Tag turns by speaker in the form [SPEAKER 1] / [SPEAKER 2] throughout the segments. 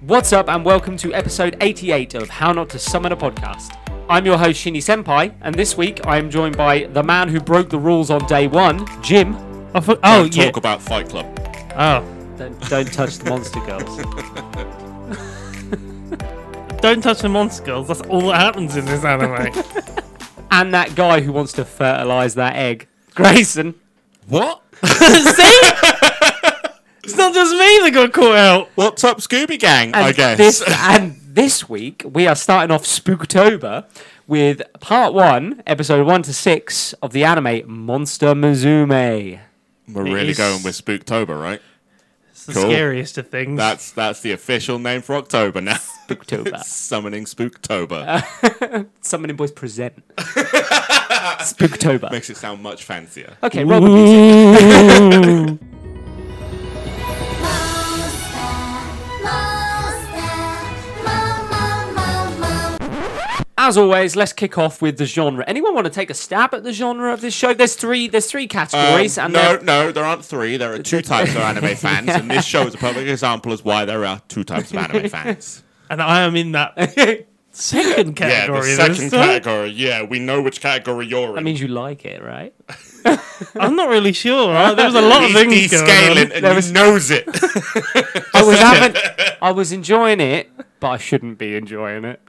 [SPEAKER 1] What's up, and welcome to episode 88 of How Not to Summon a Podcast. I'm your host, Shinny Senpai, and this week I am joined by the man who broke the rules on day one, Jim.
[SPEAKER 2] I thought- oh
[SPEAKER 3] Don't
[SPEAKER 2] yeah.
[SPEAKER 3] talk about Fight Club.
[SPEAKER 2] Oh,
[SPEAKER 1] Don't, don't touch the monster girls.
[SPEAKER 2] don't touch the monster girls. That's all that happens in this anime.
[SPEAKER 1] And that guy who wants to fertilize that egg, Grayson.
[SPEAKER 3] What?
[SPEAKER 2] See? it's not just me that got caught out.
[SPEAKER 3] What's up, Scooby Gang? I guess.
[SPEAKER 1] This, and this week we are starting off Spooktober with part one, episode one to six of the anime Monster Musume.
[SPEAKER 3] We're really
[SPEAKER 2] is-
[SPEAKER 3] going with Spooktober, right?
[SPEAKER 2] It's the
[SPEAKER 3] Cool.
[SPEAKER 2] scariest of things.
[SPEAKER 3] That's that's the official name for October now.
[SPEAKER 1] Spooktober.
[SPEAKER 3] Summoning Spooktober
[SPEAKER 1] Uh. Summoning Boys present Spooktober.
[SPEAKER 3] makes it sound much fancier.
[SPEAKER 1] Okay, roll the music. As always, let's kick off with the genre. Anyone want to take a stab at the genre of this show? There's three. There's three categories,
[SPEAKER 3] Um,
[SPEAKER 1] and
[SPEAKER 3] no,
[SPEAKER 1] they're-
[SPEAKER 3] no, there aren't three. There are two types of anime fans, and this show is a perfect example as why there are two types of anime fans.
[SPEAKER 2] and I am in that second
[SPEAKER 3] yeah,
[SPEAKER 2] category.
[SPEAKER 3] the
[SPEAKER 2] this
[SPEAKER 3] second
[SPEAKER 2] time.
[SPEAKER 3] category. Yeah, we know which category you're in.
[SPEAKER 1] that means you like it, right?
[SPEAKER 2] I'm not really sure. Right? There was a lot of
[SPEAKER 3] He's
[SPEAKER 2] things going
[SPEAKER 3] descaling, and
[SPEAKER 2] on.
[SPEAKER 1] uh, There
[SPEAKER 3] he
[SPEAKER 1] was-
[SPEAKER 3] knows it.
[SPEAKER 1] I was having, I was enjoying it, but I shouldn't be enjoying it.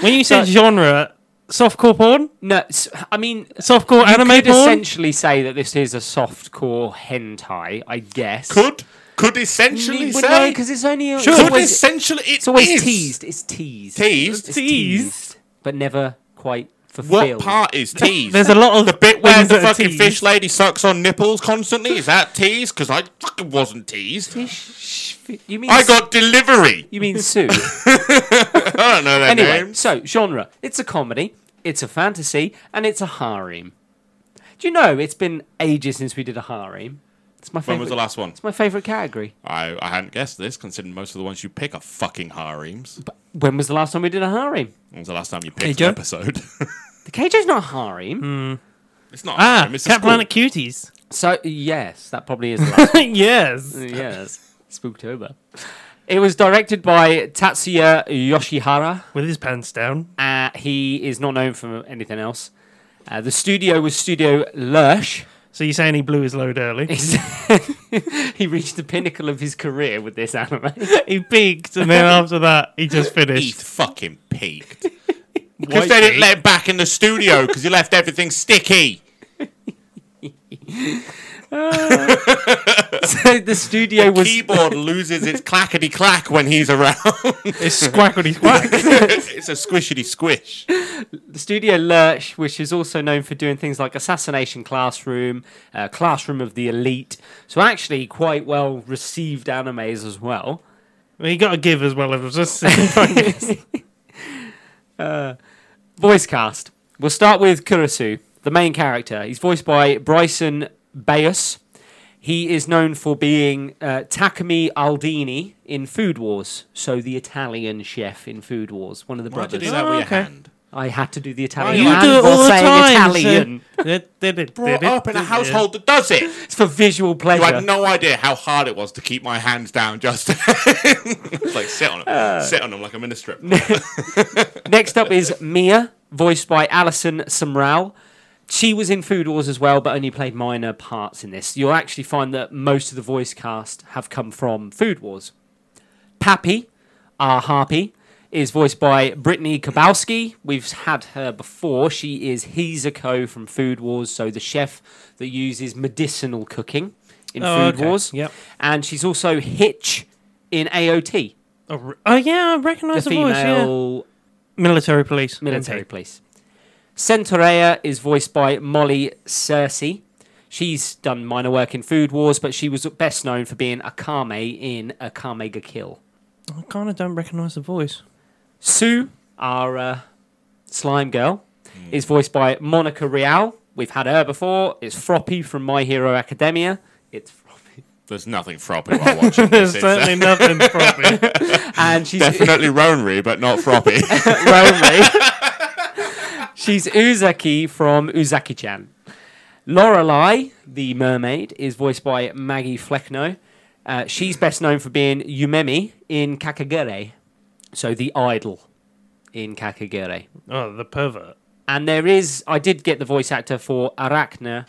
[SPEAKER 2] When you said genre, softcore porn,
[SPEAKER 1] No, s- I mean,
[SPEAKER 2] softcore
[SPEAKER 1] you
[SPEAKER 2] anime
[SPEAKER 1] could
[SPEAKER 2] porn.
[SPEAKER 1] essentially say that this is a softcore hentai, I guess.
[SPEAKER 3] could could essentially
[SPEAKER 1] Well, no,
[SPEAKER 3] say
[SPEAKER 1] because it's only it's
[SPEAKER 3] could
[SPEAKER 1] always,
[SPEAKER 3] essentially it
[SPEAKER 1] it's always
[SPEAKER 3] is.
[SPEAKER 1] teased. It's teased.
[SPEAKER 3] Teased.
[SPEAKER 1] It's
[SPEAKER 2] Teased?
[SPEAKER 1] teased, but never quite
[SPEAKER 3] What
[SPEAKER 1] fulfilled.
[SPEAKER 3] part is teased?
[SPEAKER 2] There's a lot of
[SPEAKER 3] the bit where
[SPEAKER 2] things
[SPEAKER 3] the
[SPEAKER 2] that are
[SPEAKER 3] fucking
[SPEAKER 2] teased.
[SPEAKER 3] fish lady sucks on nipples constantly. Is that teased? Because I fucking wasn't teased.
[SPEAKER 1] You mean
[SPEAKER 3] I got delivery.
[SPEAKER 1] You mean Sue?
[SPEAKER 3] I don't know their
[SPEAKER 1] anyway,
[SPEAKER 3] names.
[SPEAKER 1] so genre. It's a comedy, it's a fantasy, and it's a harem. Do you know it's been ages since we did a harem? It's my favorite.
[SPEAKER 3] When was the last one?
[SPEAKER 1] It's my favorite category.
[SPEAKER 3] I, I hadn't guessed this, considering most of the ones you pick are fucking harems.
[SPEAKER 1] But when was the last time we did a harem?
[SPEAKER 3] When was the last time you
[SPEAKER 2] Hey,
[SPEAKER 3] picked
[SPEAKER 2] Joe?
[SPEAKER 3] an episode?
[SPEAKER 1] The KJ's not a harem.
[SPEAKER 3] Hmm. it's not. a
[SPEAKER 2] Ah,
[SPEAKER 3] harem, it's a
[SPEAKER 2] Cat
[SPEAKER 3] school.
[SPEAKER 2] Planet Cuties.
[SPEAKER 1] So yes, that probably is the last.
[SPEAKER 2] yes.
[SPEAKER 1] one. yes, Spooktober. It was directed by Tatsuya Yoshihara.
[SPEAKER 2] With his pants down.
[SPEAKER 1] Uh, he is not known for anything else. Uh, the studio was Studio Lurch.
[SPEAKER 2] So you're saying he blew his load early?
[SPEAKER 1] he reached the pinnacle of his career with this anime.
[SPEAKER 2] he peaked, and then after that, he just finished.
[SPEAKER 3] Heath fucking peaked.
[SPEAKER 2] White
[SPEAKER 3] Because they didn't
[SPEAKER 2] meat.
[SPEAKER 3] let him back in the studio because he left everything sticky.
[SPEAKER 1] so the studio was
[SPEAKER 3] Keyboard loses its clackety clack when he's around.
[SPEAKER 2] It's squackity squack.
[SPEAKER 3] it's a squishity squish.
[SPEAKER 1] the studio Lurch, which is also known for doing things like Assassination Classroom, uh, Classroom of the Elite. So actually, quite well received animes as well.
[SPEAKER 2] well, you got to give as well. It was just fucking-
[SPEAKER 1] Voice cast. We'll start with Kurisu, the main character. He's voiced by Bryson Bayus. He is known for being uh, Takumi Aldini in Food Wars, so the Italian chef in Food Wars, one of the
[SPEAKER 3] Why do
[SPEAKER 1] brothers.
[SPEAKER 3] you do that with your
[SPEAKER 2] okay.
[SPEAKER 3] hand?
[SPEAKER 1] I had to do the
[SPEAKER 3] do
[SPEAKER 1] Italian.
[SPEAKER 2] you
[SPEAKER 1] hand
[SPEAKER 2] do it
[SPEAKER 1] while
[SPEAKER 2] all the
[SPEAKER 1] saying
[SPEAKER 2] time.
[SPEAKER 1] Italian.
[SPEAKER 2] so- Did- did it-
[SPEAKER 3] Brought
[SPEAKER 2] did it-
[SPEAKER 3] up in a
[SPEAKER 2] did it.
[SPEAKER 3] household that does it.
[SPEAKER 1] It's for visual
[SPEAKER 3] You
[SPEAKER 1] pleasure.
[SPEAKER 3] had no idea how hard it was to keep my hands down, Justin. It's like sit on them,
[SPEAKER 2] Uh.
[SPEAKER 3] sit on them like I'm in a strip. club.
[SPEAKER 1] Next up is Mia, voiced by Alison Samral. She was in Food Wars as well, but only played minor parts in this. You'll actually find that most of the voice cast have come from Food Wars. Pappy, our harpy, is voiced by Brittany Kabowski. We've had her before. She is Hizuko from Food Wars, so the chef that uses medicinal cooking in
[SPEAKER 2] Oh,
[SPEAKER 1] Food
[SPEAKER 2] okay.
[SPEAKER 1] Wars.
[SPEAKER 2] Yep.
[SPEAKER 1] And she's also Hitch in AOT,
[SPEAKER 2] Oh, re- oh, yeah, I
[SPEAKER 1] the
[SPEAKER 2] recognise the, voice. Yeah.
[SPEAKER 1] female
[SPEAKER 2] Military police.
[SPEAKER 1] military
[SPEAKER 2] Okay.
[SPEAKER 1] police. Centaurea is voiced by Molly Cersei. She's done minor work in Food Wars, but she was best known for being Akame in Akame ga Kill.
[SPEAKER 2] I kind of don't recognise the voice.
[SPEAKER 1] Sue, our uh, slime girl, is voiced by Monica Real. We've had her before. It's Froppy from My Hero Academia. It's Froppy.
[SPEAKER 3] There's nothing froppy while watching this.
[SPEAKER 2] There's
[SPEAKER 3] It's
[SPEAKER 2] certainly nothing proper.
[SPEAKER 1] And she's
[SPEAKER 3] definitely Ronry, but not froppy.
[SPEAKER 1] Romy. She's Uzaki from Uzaki-chan. Lorelei, the mermaid, is voiced by Maggie Flecknoe. Uh, she's best known for being Yumemi in Kakagere, so the idol in Kakagere.
[SPEAKER 2] Oh, the pervert.
[SPEAKER 1] And there is, I did get the voice actor for Arachne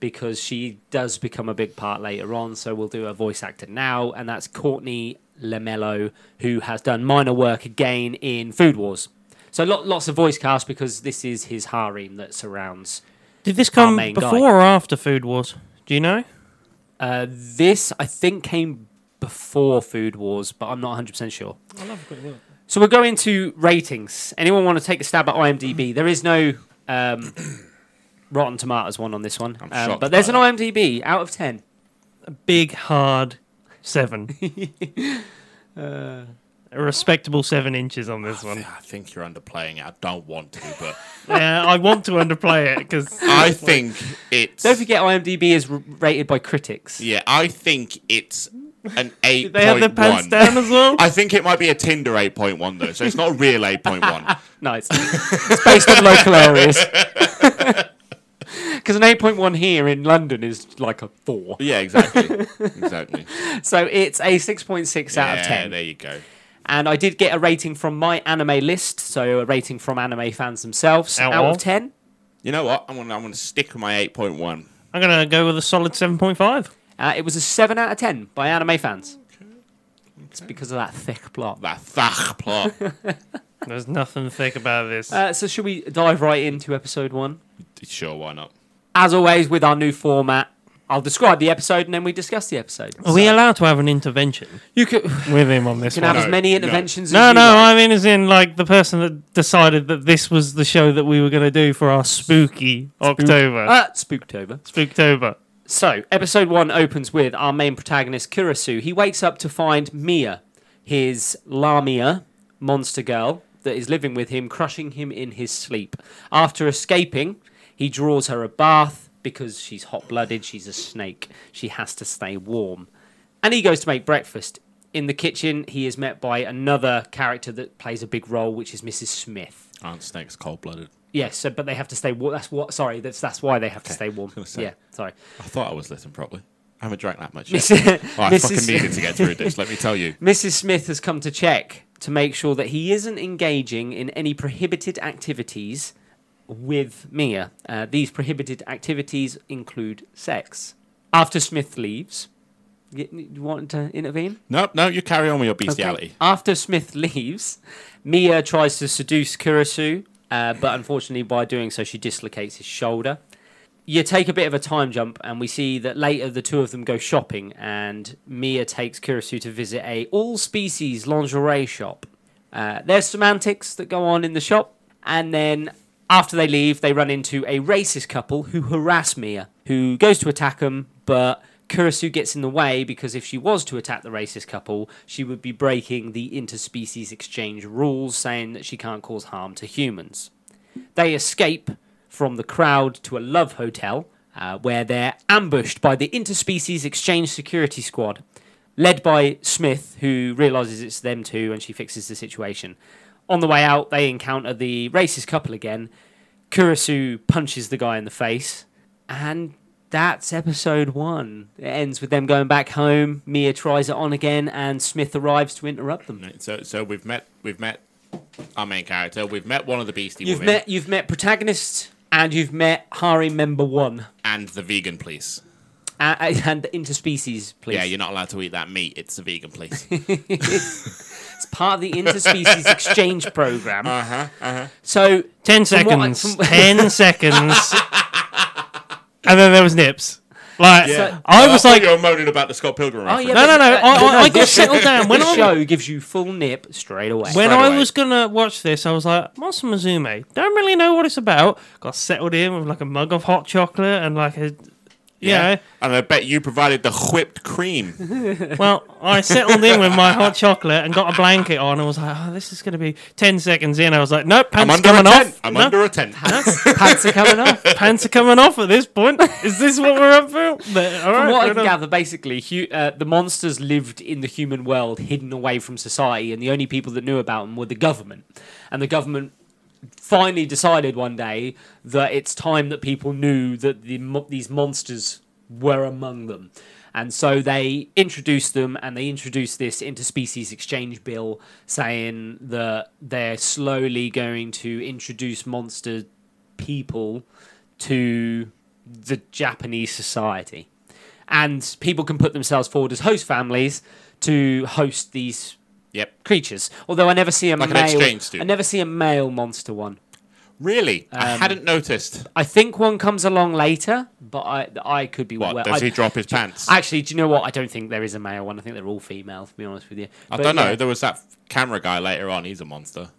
[SPEAKER 1] because she does become a big part later on. So we'll do a voice actor now, and that's Courtney Lamello, who has done minor work again in Food Wars. So lot, lots of voice cast because this is his harem that surrounds.
[SPEAKER 2] Did this
[SPEAKER 1] Our
[SPEAKER 2] come
[SPEAKER 1] main
[SPEAKER 2] before
[SPEAKER 1] guy.
[SPEAKER 2] or after Food Wars? Do you know?
[SPEAKER 1] Uh, this, I think, came before Food Wars, but I'm not 100% sure.
[SPEAKER 2] I love Good Work.
[SPEAKER 1] So we'll go into ratings. Anyone want to take a stab at IMDb? There is no um, Rotten Tomatoes one on this one,
[SPEAKER 3] I'm
[SPEAKER 1] um,
[SPEAKER 3] shocked
[SPEAKER 1] but there's
[SPEAKER 3] by
[SPEAKER 1] an IMDb out of ten.
[SPEAKER 2] Big hard seven.
[SPEAKER 1] Uh,
[SPEAKER 2] A respectable seven inches on this
[SPEAKER 3] I
[SPEAKER 2] one.
[SPEAKER 3] thi- I think you're underplaying it. I don't want to, but
[SPEAKER 2] Yeah, I want to underplay it because
[SPEAKER 3] I think it's.
[SPEAKER 1] Don't forget, IMDb is r- rated by critics.
[SPEAKER 3] Yeah, I think it's an eight
[SPEAKER 2] they have their
[SPEAKER 3] point
[SPEAKER 2] pants
[SPEAKER 3] one.
[SPEAKER 2] down as well.
[SPEAKER 3] I think it might be a Tinder eight point one though, so it's not a real eight point one.
[SPEAKER 1] Nice. it's based on local areas. Because an 8.1 here in London is like a 4.
[SPEAKER 3] Yeah, exactly, exactly.
[SPEAKER 1] So it's a 6.6 out of
[SPEAKER 3] Yeah,
[SPEAKER 1] 10.
[SPEAKER 3] There you go.
[SPEAKER 1] And I did get a rating from my anime list, so a rating from anime fans themselves
[SPEAKER 2] Out
[SPEAKER 1] out,
[SPEAKER 2] of?
[SPEAKER 1] of 10.
[SPEAKER 3] You know what? I'm gonna I'm gonna stick with my eight point one.
[SPEAKER 2] I'm gonna go with a solid seven point five.
[SPEAKER 1] Uh, it was a 7 out of 10 by anime fans. It's because of that thick plot.
[SPEAKER 3] That thach plot.
[SPEAKER 2] There's nothing thick about this.
[SPEAKER 1] Uh, so, should we dive right into episode one?
[SPEAKER 3] sure, why not?
[SPEAKER 1] As always, with our new format, I'll describe the episode and then we discuss the episode.
[SPEAKER 2] Are we allowed to have an intervention
[SPEAKER 1] You could
[SPEAKER 2] with him on this
[SPEAKER 1] can
[SPEAKER 2] one?
[SPEAKER 1] have
[SPEAKER 3] No,
[SPEAKER 1] as many
[SPEAKER 3] no.
[SPEAKER 1] interventions
[SPEAKER 2] No,
[SPEAKER 1] as you
[SPEAKER 2] no,
[SPEAKER 1] like.
[SPEAKER 2] I mean, as in, like, the person that decided that this was the show that we were going to do for our spooky October.
[SPEAKER 1] Uh, spooked over.
[SPEAKER 2] Ah! Spooktober.
[SPEAKER 1] So, episode one opens with our main protagonist, Kurasu. He wakes up to find Mia, his Lamia monster girl that is living with him, crushing him in his sleep. After escaping, he draws her a bath because she's hot blooded, she's a snake, she has to stay warm. And he goes to make breakfast. In the kitchen, he is met by another character that plays a big role, which is Mrs. Smith.
[SPEAKER 3] Aren't snakes cold blooded?
[SPEAKER 1] Yes, so, but they have to stay warm. That's what. Sorry, that's that's why they have to stay warm.
[SPEAKER 3] gonna say.
[SPEAKER 1] Yeah, sorry.
[SPEAKER 3] I thought I was listening properly. I haven't drank that much yet.
[SPEAKER 1] Mrs.
[SPEAKER 3] Well, Oh, I fucking
[SPEAKER 1] Mrs.
[SPEAKER 3] needed to get through this. Let me tell you.
[SPEAKER 1] Mrs. Smith has come to check to make sure that he isn't engaging in any prohibited activities with Mia. Uh, these prohibited activities include sex. After Smith leaves, you, you want to intervene?
[SPEAKER 3] No, no, you carry on with your
[SPEAKER 1] Okay.
[SPEAKER 3] bestiality.
[SPEAKER 1] After Smith leaves, Mia tries to seduce Kurasu, uh, but unfortunately, by doing so, she dislocates his shoulder. You take a bit of a time jump, and we see that later the two of them go shopping, and Mia takes Kurasu to visit a all species lingerie shop. Uh, there's semantics that go on in the shop, and then after they leave, they run into a racist couple who harass Mia, who goes to attack them, but Kurasu gets in the way because if she was to attack the racist couple, she would be breaking the interspecies exchange rules, saying that she can't cause harm to humans. They escape from the crowd to a love hotel uh, where they're ambushed by the interspecies exchange security squad, led by Smith, who realizes it's them two and she fixes the situation. On the way out, they encounter the racist couple again. Kurisu punches the guy in the face, and that's episode one. It ends with them going back home. Mia tries it on again, and Smith arrives to interrupt them.
[SPEAKER 3] So, so we've met, we've met our main character. We've met one of the beastie
[SPEAKER 1] You've
[SPEAKER 3] women
[SPEAKER 1] met you've met protagonist, and you've met harem member one.
[SPEAKER 3] and the vegan police.
[SPEAKER 1] Uh, and the interspecies, please.
[SPEAKER 3] Yeah, you're not allowed to eat that meat. It's the vegan police.
[SPEAKER 1] It's part of the interspecies exchange program. Uh huh.
[SPEAKER 2] Uh-huh,
[SPEAKER 1] So
[SPEAKER 2] Ten
[SPEAKER 1] From what I-
[SPEAKER 2] seconds.
[SPEAKER 1] from-
[SPEAKER 2] Ten seconds. And then there was Nips. Like,
[SPEAKER 1] Yeah.
[SPEAKER 2] I was like,
[SPEAKER 3] Oh, you were moaning about the Scott Pilgrim.
[SPEAKER 1] Oh,
[SPEAKER 3] reference.
[SPEAKER 1] yeah,
[SPEAKER 2] No,
[SPEAKER 1] but-
[SPEAKER 2] no, no,
[SPEAKER 1] but-
[SPEAKER 2] I-
[SPEAKER 1] but
[SPEAKER 2] I- I got
[SPEAKER 1] this-
[SPEAKER 2] settled down. When
[SPEAKER 1] this
[SPEAKER 2] I-
[SPEAKER 1] show gives you full nip straight away.
[SPEAKER 2] when
[SPEAKER 3] straight
[SPEAKER 2] I
[SPEAKER 3] away.
[SPEAKER 2] was gonna watch this, I was like, Massimo Zume, don't really know what it's about. Got settled in with like a mug of hot chocolate and like a, you know,
[SPEAKER 3] And I bet you provided the whipped cream.
[SPEAKER 2] Well, I settled in with my hot chocolate and got a blanket on and was like, oh, this is going to be 10 seconds in. I was like, nope,
[SPEAKER 3] I'm
[SPEAKER 2] pants
[SPEAKER 3] under a
[SPEAKER 2] coming
[SPEAKER 3] tent.
[SPEAKER 2] off.
[SPEAKER 3] I'm
[SPEAKER 2] No,
[SPEAKER 3] under a tent.
[SPEAKER 1] pants are coming off.
[SPEAKER 2] pants are coming off at this point. Is this what we're up for? But, all
[SPEAKER 1] From what
[SPEAKER 2] right,
[SPEAKER 1] I
[SPEAKER 2] fair
[SPEAKER 1] can
[SPEAKER 2] enough.
[SPEAKER 1] gather, basically, hu- uh, the monsters lived in the human world, hidden away from society, and the only people that knew about them were the government. And the government finally decided one day that it's time that people knew that the, mo- these monsters were among them. And so they introduced them and they introduced this interspecies exchange bill saying that they're slowly going to introduce monster people to the Japanese society. And people can put themselves forward as host families to host these
[SPEAKER 3] Yep.
[SPEAKER 1] creatures. Although I never see a
[SPEAKER 3] Like an
[SPEAKER 1] male
[SPEAKER 3] exchange
[SPEAKER 1] I
[SPEAKER 3] student.
[SPEAKER 1] never see a male monster one.
[SPEAKER 3] Really? I
[SPEAKER 1] Um,
[SPEAKER 3] hadn't noticed.
[SPEAKER 1] I think one comes along later, but I I could be
[SPEAKER 3] What?
[SPEAKER 1] well.
[SPEAKER 3] does
[SPEAKER 1] I,
[SPEAKER 3] he drop his pants? I,
[SPEAKER 1] Actually, do you know what? I don't think there is a male one. I think they're all female. To be honest with you, But
[SPEAKER 3] don't know.
[SPEAKER 1] yeah.
[SPEAKER 3] There was that camera guy later on. He's a monster.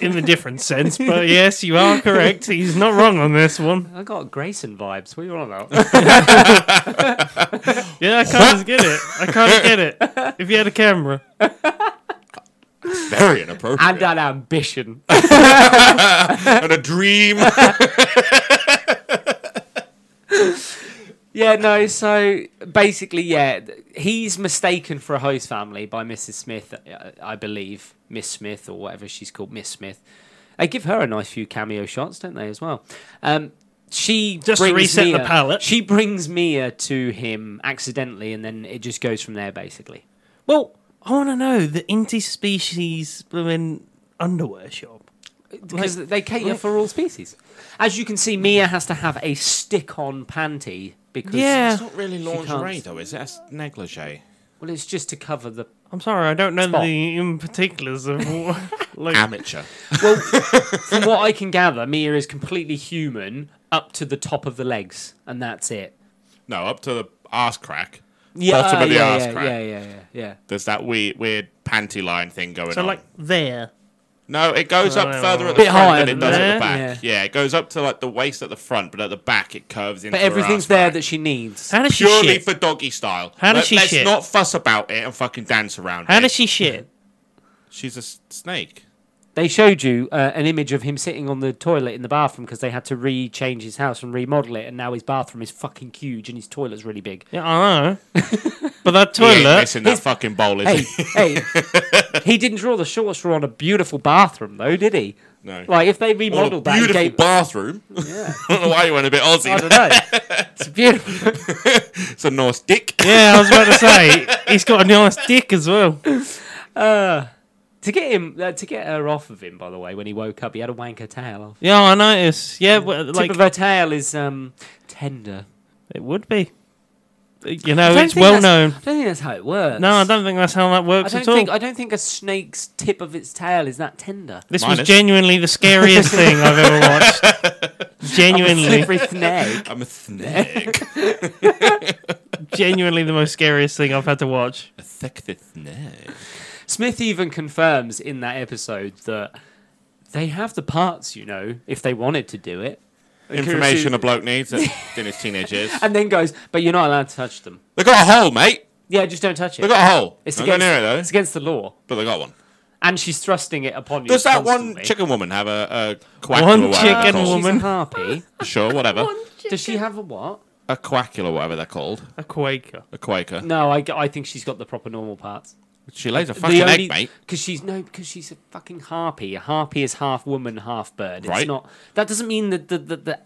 [SPEAKER 2] in a different sense, but yes, you are correct. He's not wrong on this one.
[SPEAKER 1] I got Grayson vibes. What are you on about?
[SPEAKER 2] Yeah, I can't get it. I can't get it. If you had a camera,
[SPEAKER 3] Very inappropriate.
[SPEAKER 1] and uh, that ambition.
[SPEAKER 3] and a dream.
[SPEAKER 1] yeah, no. So basically, yeah, th- he's mistaken for a host family by Mrs. Smith, uh, I believe, Miss Smith or whatever she's called, Miss Smith. They give her a nice few cameo shots, don't they, as well? Um, she
[SPEAKER 2] Just to
[SPEAKER 1] brings
[SPEAKER 2] reset the
[SPEAKER 1] Mia-
[SPEAKER 2] palette.
[SPEAKER 1] She brings Mia to him accidentally, and then it just goes from there, basically.
[SPEAKER 2] well, I want to know the interspecies blooming underwear shop.
[SPEAKER 1] because they cater for all species. As you can see, Mia has to have a stick-on panty because
[SPEAKER 2] Yeah,
[SPEAKER 3] It's not really lingerie,
[SPEAKER 1] can't.
[SPEAKER 3] though, is it? That's negligee.
[SPEAKER 1] well, it's just to cover the
[SPEAKER 2] I'm sorry, I don't know
[SPEAKER 1] Spot.
[SPEAKER 2] the in particulars of what. Like,
[SPEAKER 3] Amateur.
[SPEAKER 1] well. from what I can gather, Mia is completely human up to the top of the legs, and that's it.
[SPEAKER 3] No, up to the ass crack.
[SPEAKER 1] Yeah,
[SPEAKER 3] Bottom
[SPEAKER 1] uh,
[SPEAKER 3] of the
[SPEAKER 1] yeah,
[SPEAKER 3] arse
[SPEAKER 1] yeah,
[SPEAKER 3] crack.
[SPEAKER 1] yeah, yeah, yeah, yeah.
[SPEAKER 3] There's that weird, weird panty line thing going
[SPEAKER 2] so
[SPEAKER 3] on.
[SPEAKER 2] like there.
[SPEAKER 3] no, it goes up
[SPEAKER 2] Oh.
[SPEAKER 3] further at the
[SPEAKER 1] Bit
[SPEAKER 3] front
[SPEAKER 1] higher
[SPEAKER 3] than it
[SPEAKER 1] than
[SPEAKER 3] does at the
[SPEAKER 1] there,
[SPEAKER 3] back. Yeah. it goes up to like the waist at the front, but at the back it curves into.
[SPEAKER 1] But
[SPEAKER 3] her
[SPEAKER 1] everything's
[SPEAKER 3] ass
[SPEAKER 1] there
[SPEAKER 3] crack.
[SPEAKER 1] that she needs.
[SPEAKER 2] How does she
[SPEAKER 3] purely
[SPEAKER 2] shit?
[SPEAKER 3] for doggy style.
[SPEAKER 2] How does she
[SPEAKER 3] Let's
[SPEAKER 2] shit?
[SPEAKER 3] not fuss about it and fucking dance around.
[SPEAKER 2] How
[SPEAKER 3] it.
[SPEAKER 2] does she shit?
[SPEAKER 3] She's a s- snake.
[SPEAKER 1] They showed you uh, an image of him sitting on the toilet in the bathroom because they had to re-change his house and remodel it, and now his bathroom is fucking huge and his toilet's really big.
[SPEAKER 2] Yeah, I know. but that
[SPEAKER 3] He ain't
[SPEAKER 2] toilet.
[SPEAKER 3] missing that
[SPEAKER 1] His-
[SPEAKER 3] fucking bowl, is
[SPEAKER 1] hey,
[SPEAKER 3] he?
[SPEAKER 1] hey, he didn't draw the short straw on a beautiful bathroom, though, did he?
[SPEAKER 3] No.
[SPEAKER 1] Like, if they
[SPEAKER 3] What a
[SPEAKER 1] remodeled that, and
[SPEAKER 3] beautiful
[SPEAKER 1] gave,
[SPEAKER 3] bathroom. I don't know why you went a bit
[SPEAKER 1] I
[SPEAKER 3] Aussie.
[SPEAKER 1] don't know. It's beautiful.
[SPEAKER 3] It's a Norse dick.
[SPEAKER 2] yeah, I was about to say he's got a nice dick as well.
[SPEAKER 1] to get him, uh, to get her off of him, by the way, when he woke up, he had a wanker tail off.
[SPEAKER 2] Yeah, I noticed. Yeah, but
[SPEAKER 1] Tip
[SPEAKER 2] like
[SPEAKER 1] of her tail is um, tender.
[SPEAKER 2] it would be. You know,
[SPEAKER 1] I don't
[SPEAKER 2] Oh, it's
[SPEAKER 1] think
[SPEAKER 2] well
[SPEAKER 1] that's-
[SPEAKER 2] known.
[SPEAKER 1] I don't think that's how it works.
[SPEAKER 2] No, I don't think that's how that
[SPEAKER 1] I
[SPEAKER 2] works
[SPEAKER 1] don't
[SPEAKER 2] at all.
[SPEAKER 1] think I don't think a snake's tip of its tail is that tender.
[SPEAKER 2] This was
[SPEAKER 3] Minus.
[SPEAKER 2] genuinely the scariest thing I've ever watched. genuinely,
[SPEAKER 1] Slippery snake.
[SPEAKER 3] I'm a snake.
[SPEAKER 2] genuinely the most scariest thing I've had to watch.
[SPEAKER 3] a thick snake.
[SPEAKER 1] Smith even confirms in that episode that they have the parts, you know, if they wanted to do it.
[SPEAKER 3] Information a bloke needs at- in his teenage years.
[SPEAKER 1] And then goes, but you're not allowed to touch them.
[SPEAKER 3] They got a hole, mate.
[SPEAKER 1] Yeah, just don't touch it.
[SPEAKER 3] They got a hole.
[SPEAKER 1] It's
[SPEAKER 3] Don't go
[SPEAKER 1] against,
[SPEAKER 3] near it though.
[SPEAKER 1] it's against the law.
[SPEAKER 3] But they got one.
[SPEAKER 1] And she's thrusting it upon you.
[SPEAKER 3] Does that
[SPEAKER 1] constantly.
[SPEAKER 3] one chicken woman have a, a quackula?
[SPEAKER 2] One
[SPEAKER 3] whatever they're
[SPEAKER 2] chicken
[SPEAKER 1] Um,
[SPEAKER 3] called?
[SPEAKER 2] woman.
[SPEAKER 1] She's a harpy.
[SPEAKER 3] Sure, whatever.
[SPEAKER 1] Does she have a what?
[SPEAKER 3] A quackula, whatever they're called.
[SPEAKER 2] A Quaker.
[SPEAKER 3] A Quaker.
[SPEAKER 1] No, I, I think she's got the proper normal parts.
[SPEAKER 3] She lays a fucking
[SPEAKER 1] the
[SPEAKER 3] egg, mate.
[SPEAKER 1] Because she's no, because she's a fucking harpy. A harpy is half woman, half bird. It's
[SPEAKER 3] Right.
[SPEAKER 1] not. That doesn't mean that the, the, the,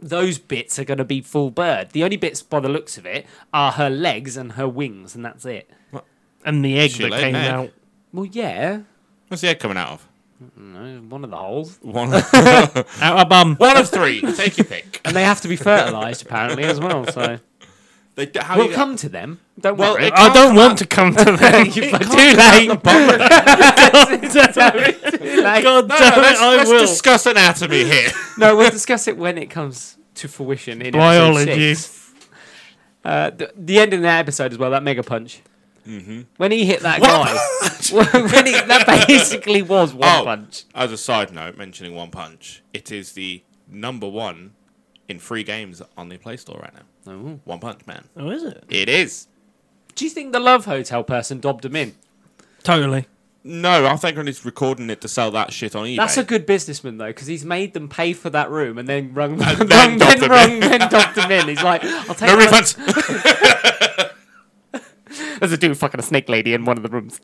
[SPEAKER 1] those bits are going to be full bird. The only bits, by the looks of it, are her legs and her wings, and that's it.
[SPEAKER 2] And the egg
[SPEAKER 3] She
[SPEAKER 2] that
[SPEAKER 3] laid
[SPEAKER 2] came
[SPEAKER 3] an egg.
[SPEAKER 2] out.
[SPEAKER 1] Well, yeah,
[SPEAKER 3] What's the egg coming out of?
[SPEAKER 1] no, one of the holes,
[SPEAKER 3] One.
[SPEAKER 2] Out of bum.
[SPEAKER 3] One of three. Take your pick.
[SPEAKER 1] and they have to be fertilized apparently as well. So
[SPEAKER 3] They, d- how
[SPEAKER 1] we'll
[SPEAKER 3] you-
[SPEAKER 1] come to them. Don't
[SPEAKER 3] Well,
[SPEAKER 1] worry.
[SPEAKER 3] it-
[SPEAKER 2] I don't want to come to that.
[SPEAKER 1] Too
[SPEAKER 2] Too
[SPEAKER 1] late.
[SPEAKER 2] late. God
[SPEAKER 3] No, no,
[SPEAKER 2] damn it,
[SPEAKER 3] let's,
[SPEAKER 2] I
[SPEAKER 3] let's
[SPEAKER 2] will.
[SPEAKER 3] discuss anatomy here.
[SPEAKER 1] No, we'll discuss it when it comes to fruition in
[SPEAKER 2] Biology.
[SPEAKER 1] Episode six. Uh, the, the end of that episode as well. That mega punch. When he hit that guy, when he, that basically was one
[SPEAKER 3] Oh,
[SPEAKER 1] punch.
[SPEAKER 3] As a side note, mentioning One Punch, it is the number one in free games on the Play Store right now.
[SPEAKER 1] Oh.
[SPEAKER 3] One Punch Man.
[SPEAKER 2] Oh, is it?
[SPEAKER 3] It is.
[SPEAKER 1] Do you think the Love Hotel person dobbed him in?
[SPEAKER 2] Totally.
[SPEAKER 3] No, I think I'm just recording it to sell that shit on eBay.
[SPEAKER 1] That's a good businessman though, because he's made them pay for that room and then rung, rung,
[SPEAKER 3] then
[SPEAKER 1] then,
[SPEAKER 3] dobbed them
[SPEAKER 1] rung, then dobbed him in. He's like, I'll take.
[SPEAKER 3] no
[SPEAKER 1] my-
[SPEAKER 3] refunds.
[SPEAKER 1] There's a dude fucking a snake lady in one of the rooms.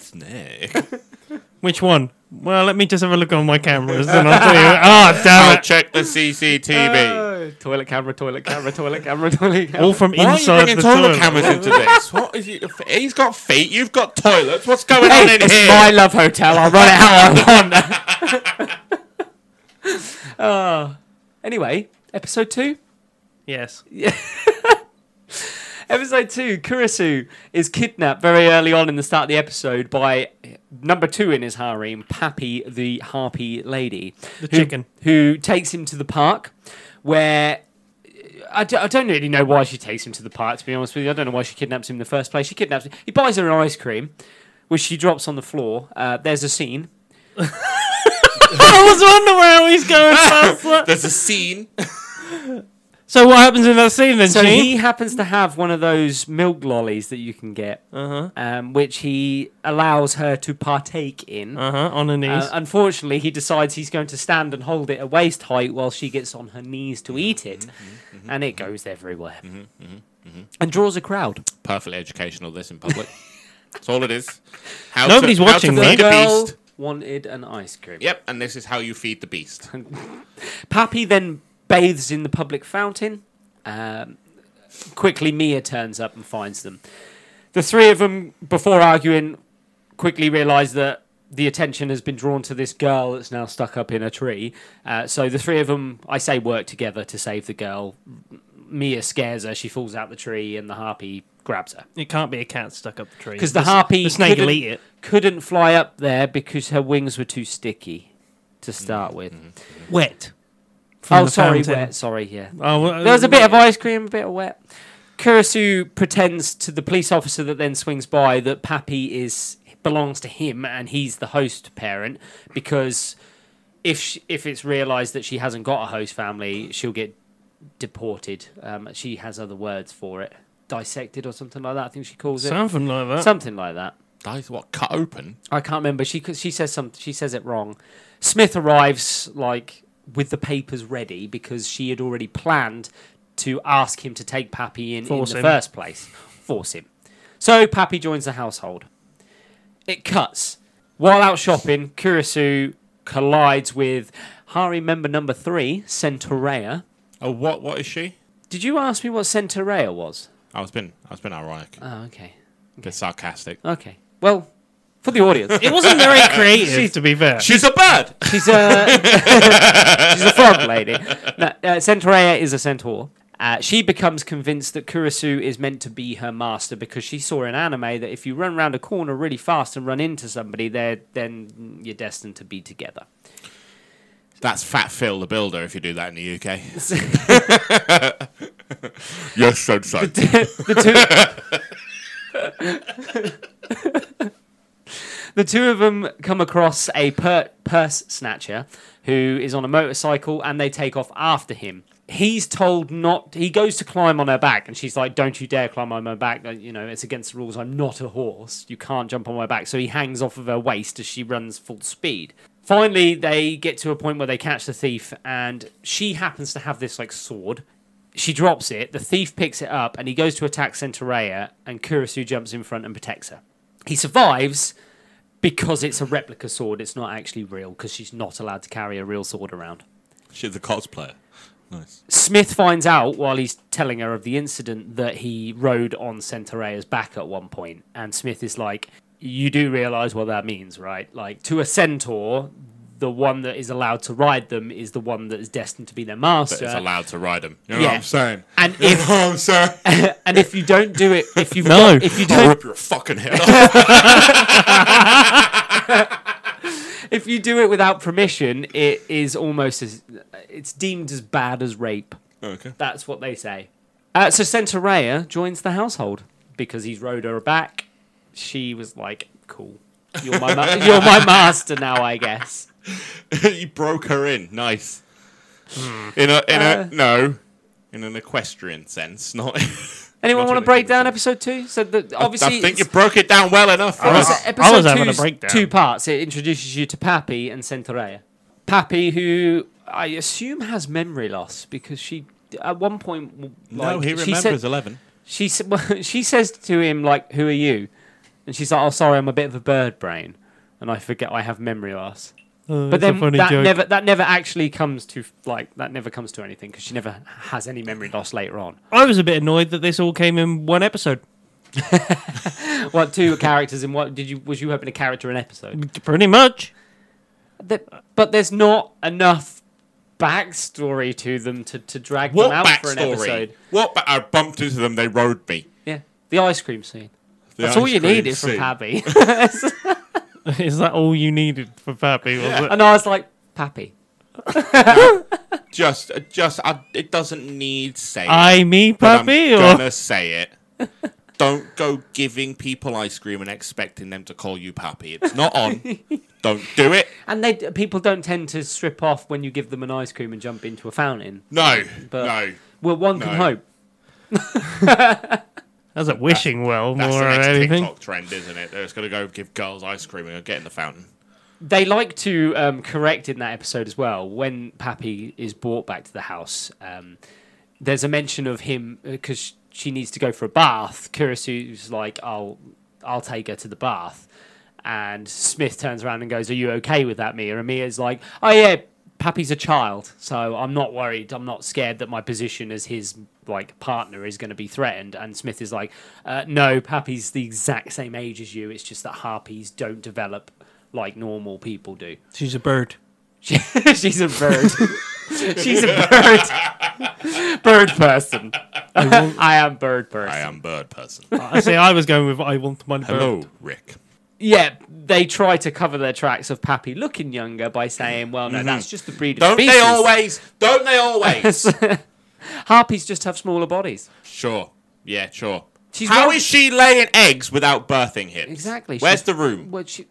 [SPEAKER 3] Snake.
[SPEAKER 2] Which one? Well, let me just have a look on my cameras and I'll tell you. Ah, damn
[SPEAKER 3] I'll
[SPEAKER 2] it.
[SPEAKER 3] check the CCTV.
[SPEAKER 1] Uh, toilet camera, toilet camera, toilet camera, toilet camera.
[SPEAKER 2] All from
[SPEAKER 3] Why are you
[SPEAKER 2] inside the
[SPEAKER 3] bringing toilet
[SPEAKER 2] toilet.
[SPEAKER 3] cameras into this? What is you? He's got feet. You've got toilets. What's going on
[SPEAKER 1] Hey,
[SPEAKER 3] in
[SPEAKER 1] it's
[SPEAKER 3] here?
[SPEAKER 1] my love hotel. I'll run it how I want. uh, Oh. anyway, episode two.
[SPEAKER 2] Yes.
[SPEAKER 1] Episode two, Kurisu is kidnapped very early on in the start of the episode by number two in his harem, Pappy the harpy lady.
[SPEAKER 2] The
[SPEAKER 1] who-
[SPEAKER 2] chicken.
[SPEAKER 1] Who takes him to the park where. I, d- I don't really know why she takes him to the park, to be honest with you. I don't know why she kidnaps him in the first place. She kidnaps him. He buys her an ice cream, which she drops on the floor. Uh, there's a scene.
[SPEAKER 2] I was wondering where he's going past that.
[SPEAKER 3] There's a scene.
[SPEAKER 2] So what happens in that scene then,
[SPEAKER 1] So
[SPEAKER 2] Gene?
[SPEAKER 1] he happens to have one of those milk lollies that you can get,
[SPEAKER 2] Uh-huh.
[SPEAKER 1] um, which he allows her to partake in.
[SPEAKER 2] Uh-huh, on her knees.
[SPEAKER 1] Uh, unfortunately, he decides he's going to stand and hold it at waist height while she gets on her knees to eat it, and it goes everywhere mm-hmm, and draws a crowd.
[SPEAKER 3] Perfectly educational. This in public. That's all it is. How
[SPEAKER 2] Nobody's
[SPEAKER 3] to,
[SPEAKER 2] watching
[SPEAKER 3] How
[SPEAKER 1] The
[SPEAKER 3] to
[SPEAKER 2] that.
[SPEAKER 3] feed a
[SPEAKER 1] girl
[SPEAKER 3] beast.
[SPEAKER 1] wanted an ice cream.
[SPEAKER 3] Yep, and this is how you feed the beast.
[SPEAKER 1] Pappy then bathes in the public fountain. Um, quickly, Mia turns up and finds them. The three of them, before arguing, quickly realise that the attention has been drawn to this girl that's now stuck up in a tree. Uh, so the three of them, I say, work together to save the girl. Mia scares her, she falls out the tree, and the harpy grabs her.
[SPEAKER 2] it can't be a cat stuck up the tree.
[SPEAKER 1] Because the
[SPEAKER 2] s-
[SPEAKER 1] harpy
[SPEAKER 2] the snake will
[SPEAKER 1] couldn't-
[SPEAKER 2] eat it.
[SPEAKER 1] Couldn't fly up there because her wings were too sticky to start with.
[SPEAKER 2] Wet.
[SPEAKER 1] Oh, sorry,
[SPEAKER 2] fountain.
[SPEAKER 1] wet. Sorry, yeah.
[SPEAKER 2] Oh, well,
[SPEAKER 1] There was a bit of ice cream, a bit of wet. Kurisu pretends to the police officer that then swings by that Pappy is belongs to him and he's the host parent because if she, if it's realised that she hasn't got a host family, she'll get deported. Um, she has other words for it, dissected or something like that. I think she calls it
[SPEAKER 2] something like that.
[SPEAKER 1] something like that.
[SPEAKER 3] Guys, what cut open?
[SPEAKER 1] I can't remember. She c- she says some she says it wrong. Smith arrives like with the papers ready because she had already planned to ask him to take Pappy in
[SPEAKER 2] Force
[SPEAKER 1] in the
[SPEAKER 2] him.
[SPEAKER 1] first place, force him. So Pappy joins the household. It cuts while out shopping. Kurisu collides with Hari member number three, Centaurea.
[SPEAKER 3] Oh, what? What is she?
[SPEAKER 1] Did you ask me what Centaurea was?
[SPEAKER 3] I was been, I was been ironic, a
[SPEAKER 2] Ah,
[SPEAKER 1] Oh, okay,
[SPEAKER 3] bit sarcastic.
[SPEAKER 1] okay. Well, for the audience,
[SPEAKER 2] It wasn't very creative, to be fair.
[SPEAKER 3] She's a bird.
[SPEAKER 1] She's a she's a frog lady. No, uh, Centaurea is a centaur. Uh, she becomes convinced that Kurisu is meant to be her master because she saw in anime that if you run round a corner really fast and run into somebody, there then you're destined to be together.
[SPEAKER 3] That's Fat Phil the Builder. If you do that in the UK. yes, so so.
[SPEAKER 1] the two the two of them come across a per- purse snatcher who is on a motorcycle and they take off after him he's told not he goes to climb on her back and she's like don't you dare climb on my back Like, you know it's against the rules i'm not a horse you can't jump on my back so he hangs off of her waist as she runs full speed finally they get to a point where they catch the thief and she happens to have this like sword she drops it. The thief picks it up and he goes to attack Centaurea, and Kurisu jumps in front and protects her. He survives because it's a replica sword. It's not actually real because she's not allowed to carry a real sword around.
[SPEAKER 3] She's a cosplayer. Nice.
[SPEAKER 1] Smith finds out while he's telling her of the incident that he rode on Centaurea's back at one point, and Smith is like, "You do realize what that means, right? Like to a centaur." The one that is allowed to ride them is the one that is destined to be their master.
[SPEAKER 3] That is allowed to ride him. You know
[SPEAKER 1] Yeah.
[SPEAKER 3] what I'm saying?
[SPEAKER 1] And
[SPEAKER 3] You know
[SPEAKER 1] if-
[SPEAKER 3] what I'm saying?
[SPEAKER 1] and if you don't do it, if you
[SPEAKER 2] No.
[SPEAKER 1] if you
[SPEAKER 3] I'll
[SPEAKER 1] don't
[SPEAKER 3] rip your fucking head off.
[SPEAKER 1] if you do it without permission, it is almost as it's deemed as bad as rape.
[SPEAKER 3] okay.
[SPEAKER 1] That's what they say. Uh, so Centaurea joins the household because he's rode her back. She was like, "Cool, you're my ma- you're my master now, I guess."
[SPEAKER 3] you broke her in. Nice.
[SPEAKER 1] Hmm.
[SPEAKER 3] In a in a no, in an equestrian sense, not.
[SPEAKER 1] Uh. Anyone
[SPEAKER 3] Not
[SPEAKER 1] want to
[SPEAKER 3] really
[SPEAKER 1] break down
[SPEAKER 3] convincing.
[SPEAKER 1] episode two? So that obviously,
[SPEAKER 3] I think you
[SPEAKER 1] it's-
[SPEAKER 3] broke it down well enough. for
[SPEAKER 1] it
[SPEAKER 3] us.
[SPEAKER 1] was-
[SPEAKER 2] I- I
[SPEAKER 1] episode
[SPEAKER 2] was having a
[SPEAKER 1] two's
[SPEAKER 2] breakdown.
[SPEAKER 1] Two parts. It introduces you to Pappy and Centaurea. Pappy, who I assume has memory loss because she at one point w- like,
[SPEAKER 3] no, he
[SPEAKER 1] she
[SPEAKER 3] remembers
[SPEAKER 1] said,
[SPEAKER 3] eleven.
[SPEAKER 1] she s- well, she says to him like, "Who are you?" And she's like, "Oh, sorry, I'm a bit of a bird brain, and I forget I have memory loss."
[SPEAKER 2] Oh,
[SPEAKER 1] But
[SPEAKER 2] that's a
[SPEAKER 1] then
[SPEAKER 2] funny
[SPEAKER 1] that
[SPEAKER 2] joke.
[SPEAKER 1] never that never actually comes to like that never comes to anything because she never has any memory loss later on.
[SPEAKER 2] I was a bit annoyed that this all came in one episode.
[SPEAKER 1] What two characters and what did you was you hoping a character an episode?
[SPEAKER 2] Pretty much.
[SPEAKER 1] That, but there's not enough backstory to them to, to drag
[SPEAKER 3] What
[SPEAKER 1] them out for an
[SPEAKER 3] backstory?
[SPEAKER 1] episode.
[SPEAKER 3] What? Ba- I bumped into them. They rode me.
[SPEAKER 1] Yeah, the ice cream scene.
[SPEAKER 3] The
[SPEAKER 1] That's
[SPEAKER 3] ice
[SPEAKER 1] all you
[SPEAKER 3] cream
[SPEAKER 1] needed from
[SPEAKER 3] scene.
[SPEAKER 1] Pappy.
[SPEAKER 2] Is that all you needed for Pappy? Was it?
[SPEAKER 1] and I was like, Pappy.
[SPEAKER 3] Just, uh, just. I, it doesn't need saying.
[SPEAKER 2] I me
[SPEAKER 1] um,
[SPEAKER 3] but
[SPEAKER 2] Pappy?
[SPEAKER 3] I'm
[SPEAKER 2] Or...
[SPEAKER 3] gonna say it. Don't go giving people ice cream and expecting them to call you pappy. It's not on. Don't do it.
[SPEAKER 1] And they people don't tend to strip off when you give them an ice cream and jump into a fountain.
[SPEAKER 3] No,
[SPEAKER 1] But-
[SPEAKER 3] no.
[SPEAKER 1] Well, one can
[SPEAKER 3] No.
[SPEAKER 1] hope.
[SPEAKER 2] That's a wishing well
[SPEAKER 3] That's
[SPEAKER 2] more
[SPEAKER 3] the
[SPEAKER 2] than
[SPEAKER 3] next
[SPEAKER 2] anything.
[SPEAKER 3] TikTok trend, isn't it? They're just gonna go give girls ice cream and get in the fountain.
[SPEAKER 1] They like to um, correct in that episode as well when Pappy is brought back to the house. Um, there's a mention of him because she needs to go for a bath. Kurisu's like, "I'll, I'll take her to the bath," and Smith turns around and goes, "Are you okay with that, Mia?" And Mia's like, "Oh yeah, Pappy's a child, so I'm not worried. I'm not scared that my position as his like partner is going to be threatened." And Smith is like, uh, "No, Pappy's the exact same age as you. It's just that harpies don't develop like normal people do."
[SPEAKER 2] She's a bird.
[SPEAKER 1] She, she's a bird. she's a bird. bird person. I am bird person.
[SPEAKER 3] I am bird person.
[SPEAKER 2] I say I was going with I want my bird.
[SPEAKER 3] Hello, Rick.
[SPEAKER 1] Yeah, they try to cover their tracks of Pappy looking younger by saying, "Well, no, that's just the breed of
[SPEAKER 3] Mm-hmm. Don't
[SPEAKER 1] species."
[SPEAKER 3] they always? Don't they always?
[SPEAKER 1] Harpies just have smaller bodies.
[SPEAKER 3] sure. Yeah, sure. How
[SPEAKER 1] She's
[SPEAKER 3] is
[SPEAKER 1] wel-
[SPEAKER 3] she laying eggs without birthing hips?
[SPEAKER 1] Exactly,
[SPEAKER 3] Where's
[SPEAKER 1] she's-
[SPEAKER 3] the room?
[SPEAKER 1] What she,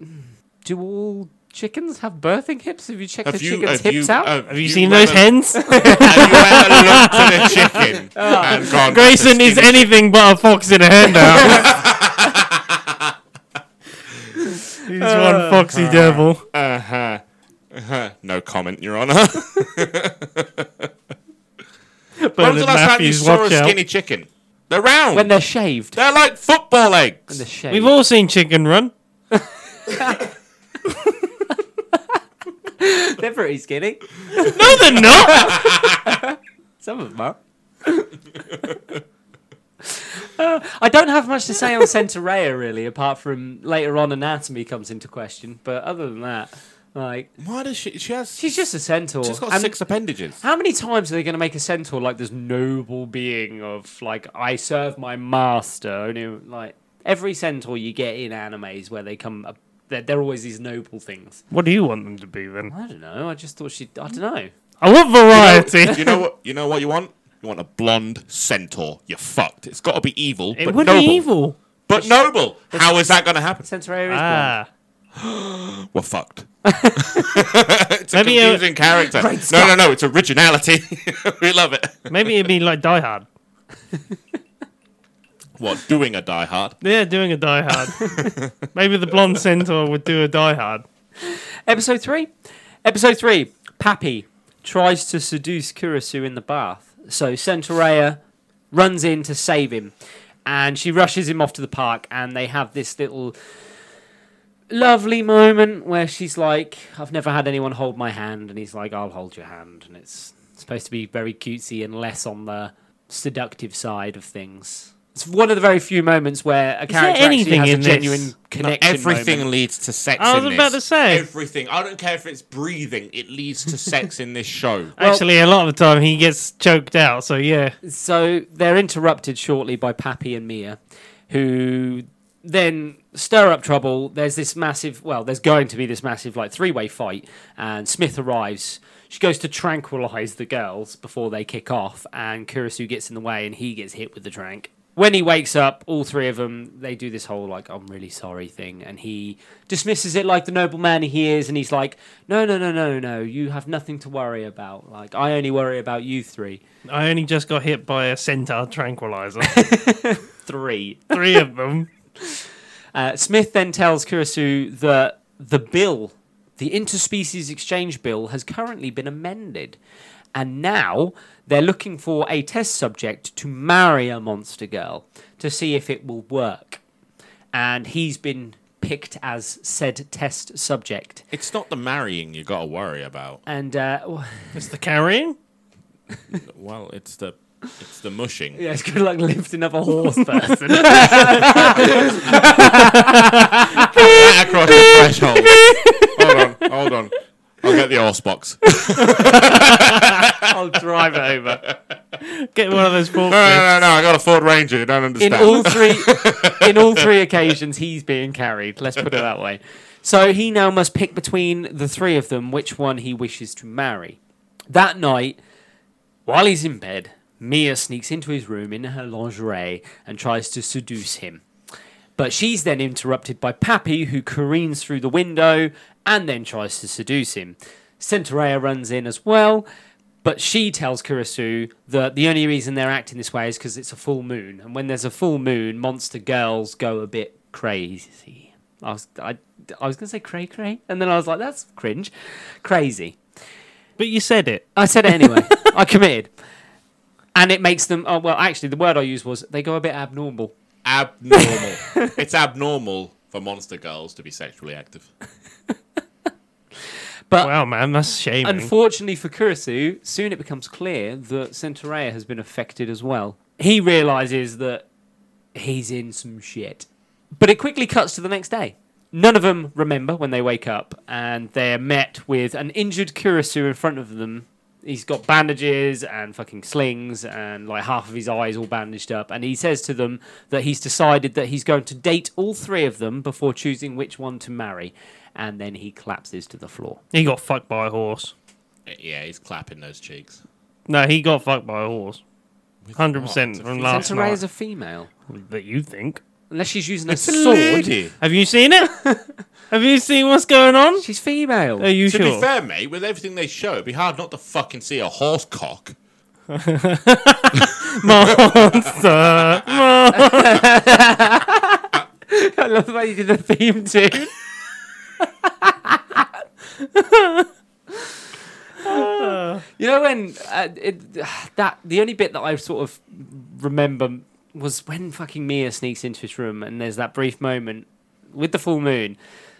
[SPEAKER 1] do all chickens have birthing hips? Have you checked
[SPEAKER 3] Have
[SPEAKER 1] the
[SPEAKER 3] you,
[SPEAKER 1] chicken's
[SPEAKER 3] have
[SPEAKER 1] hips
[SPEAKER 3] you, uh,
[SPEAKER 1] out?
[SPEAKER 2] Have you, seen those
[SPEAKER 3] hens?
[SPEAKER 2] hens?
[SPEAKER 3] Have you ever looked at a chicken
[SPEAKER 1] Oh.
[SPEAKER 3] and gone,
[SPEAKER 2] Grayson
[SPEAKER 3] "That's
[SPEAKER 2] is
[SPEAKER 3] a skinny
[SPEAKER 2] anything but a fox in a hen now. He's
[SPEAKER 3] Uh,
[SPEAKER 2] one foxy devil.
[SPEAKER 3] No comment, Your Honour.
[SPEAKER 2] But
[SPEAKER 3] when was the last time you
[SPEAKER 2] Matthews,
[SPEAKER 3] saw a
[SPEAKER 2] watch out.
[SPEAKER 3] skinny chicken? They're round.
[SPEAKER 1] when
[SPEAKER 3] they're-,
[SPEAKER 1] they're shaved.
[SPEAKER 3] like football eggs.
[SPEAKER 1] When they're shaved.
[SPEAKER 2] We've all seen Chicken Run.
[SPEAKER 1] they're pretty skinny.
[SPEAKER 2] No, they're not.
[SPEAKER 1] Some of them are. Uh, I don't have much to say on Centaurea, really, apart from later on anatomy comes into question. But other than that, like
[SPEAKER 3] Why does she? She has.
[SPEAKER 1] she's just a centaur.
[SPEAKER 3] she's got
[SPEAKER 1] And
[SPEAKER 3] six appendages.
[SPEAKER 1] How many times are they going to make a centaur like this noble being of like I serve my master? Only like every centaur you get in animes where they come, up, they're, they're always these noble things.
[SPEAKER 2] What do you want them to be then?
[SPEAKER 1] I don't know. I just thought she. I don't know.
[SPEAKER 2] I want
[SPEAKER 3] you,
[SPEAKER 2] variety.
[SPEAKER 3] know, what? You know what you want? You want a blonde centaur. You're fucked. It's got to be evil,
[SPEAKER 2] It
[SPEAKER 3] but
[SPEAKER 2] would
[SPEAKER 3] noble.
[SPEAKER 2] be evil.
[SPEAKER 3] But noble. How is that going to happen?
[SPEAKER 1] Centaurea is blonde.
[SPEAKER 2] Ah,
[SPEAKER 3] We're fucked. it's a
[SPEAKER 2] Maybe, uh,
[SPEAKER 3] confusing character. No, no, no. It's originality. we love it.
[SPEAKER 2] maybe it'd be like Die Hard.
[SPEAKER 3] What? Doing a Die Hard?
[SPEAKER 2] Yeah, doing a Die Hard. maybe the blonde centaur would do a Die Hard.
[SPEAKER 1] Episode three. Episode three. Pappy tries to seduce Kurisu in the bath. So Centaurea runs in to save him, and she rushes him off to the park, and they have this little lovely moment where she's like, "I've never had anyone hold my hand," and he's like, "I'll hold your hand," and it's supposed to be very cutesy and less on the seductive side of things. It's one of the very few moments where a
[SPEAKER 2] there
[SPEAKER 1] character actually
[SPEAKER 2] anything
[SPEAKER 1] has a
[SPEAKER 2] in this?
[SPEAKER 1] genuine
[SPEAKER 2] No,
[SPEAKER 1] connection.
[SPEAKER 3] Everything
[SPEAKER 1] moment.
[SPEAKER 3] leads to sex.
[SPEAKER 2] I was
[SPEAKER 3] in
[SPEAKER 2] about
[SPEAKER 3] this.
[SPEAKER 2] to say.
[SPEAKER 3] everything. I don't care if it's breathing; it leads to sex in this show.
[SPEAKER 2] Actually, a lot of the time he gets choked out. So yeah,
[SPEAKER 1] So they're interrupted shortly by Pappy and Mia, who then stir up trouble. There's this massive, well, there's going to be this massive, like, three way fight, and Smith arrives. She goes to tranquilize the girls before they kick off, and Kurisu gets in the way and he gets hit with the trank. When he wakes up, all three of them, they do this whole, like, I'm really sorry thing, and he dismisses it like the noble man he is, and he's like, No, no, no, no, no, you have nothing to worry about. Like, I only worry about you three.
[SPEAKER 2] I only just got hit by a centaur tranquilizer.
[SPEAKER 1] Three.
[SPEAKER 2] Three of them.
[SPEAKER 1] Uh, Smith then tells Kurisu that the bill, the interspecies exchange bill, has currently been amended. And now they're looking for a test subject to marry a monster girl to see if it will work. And he's been picked as said test subject.
[SPEAKER 3] It's not the marrying you got to worry about.
[SPEAKER 1] And uh,
[SPEAKER 2] It's the carrying.
[SPEAKER 3] Well, it's the it's the mushing.
[SPEAKER 1] yeah, it's good luck lifting up a horse person.
[SPEAKER 3] Right across the threshold. hold on, hold on. I'll get the horse box. no,
[SPEAKER 1] I'll drive it over.
[SPEAKER 2] Get one of those forklifts.
[SPEAKER 3] no, no, no. I got a Ford Ranger. You don't
[SPEAKER 1] In
[SPEAKER 3] understand.
[SPEAKER 1] all three, in all three occasions, he's being carried. Let's put it that way. So he now must pick between the three of them which one he wishes to marry. That night, while he's in bed, Mia sneaks into his room in her lingerie and tries to seduce him. But she's then interrupted by Pappy, who careens through the window and then tries to seduce him. Centaurea runs in as well, but she tells Kurisu that the only reason they're acting this way is because it's a full moon. And when there's a full moon, monster girls go a bit crazy. I was, I, I was going to say cray cray, and then I was like, that's cringe. Crazy.
[SPEAKER 2] But you said it.
[SPEAKER 1] I said it anyway. I committed. And it makes them, oh, well, actually, the word I used was they go a bit abnormal.
[SPEAKER 3] abnormal. it's abnormal for monster girls to be sexually active.
[SPEAKER 1] But
[SPEAKER 2] Wow, man, that's shaming.
[SPEAKER 1] Unfortunately for Kurisu, soon it becomes clear that Centaurea has been affected as well. He realizes that he's in some shit. But it quickly cuts to the next day. None of them remember when they wake up, and they're met with an injured Kurisu in front of them. He's got bandages and fucking slings, and like half of his eyes all bandaged up. And he says to them that he's decided that he's going to date all three of them before choosing which one to marry. And then he collapses to the floor.
[SPEAKER 2] he got fucked by a horse.
[SPEAKER 3] Yeah, he's clapping those cheeks.
[SPEAKER 2] No, he got fucked by a horse.
[SPEAKER 3] With
[SPEAKER 2] Hundred percent
[SPEAKER 3] what?
[SPEAKER 2] from
[SPEAKER 1] Santa
[SPEAKER 2] last
[SPEAKER 1] Ray
[SPEAKER 2] night.
[SPEAKER 1] is a female.
[SPEAKER 2] That you think?
[SPEAKER 1] Unless she's using a
[SPEAKER 3] It's a
[SPEAKER 1] sword.
[SPEAKER 3] lady.
[SPEAKER 2] Have you seen it? Have you seen what's going on?
[SPEAKER 1] She's female.
[SPEAKER 2] Are you
[SPEAKER 3] To
[SPEAKER 2] sure?
[SPEAKER 3] be fair, mate, with everything they show, it'd be hard not to fucking see a horse cock.
[SPEAKER 2] Monster.
[SPEAKER 1] I love the way you did the theme tune. you know when uh, it, that the only bit that I sort of remember was when fucking Mia sneaks into his room and there's that brief moment with the full moon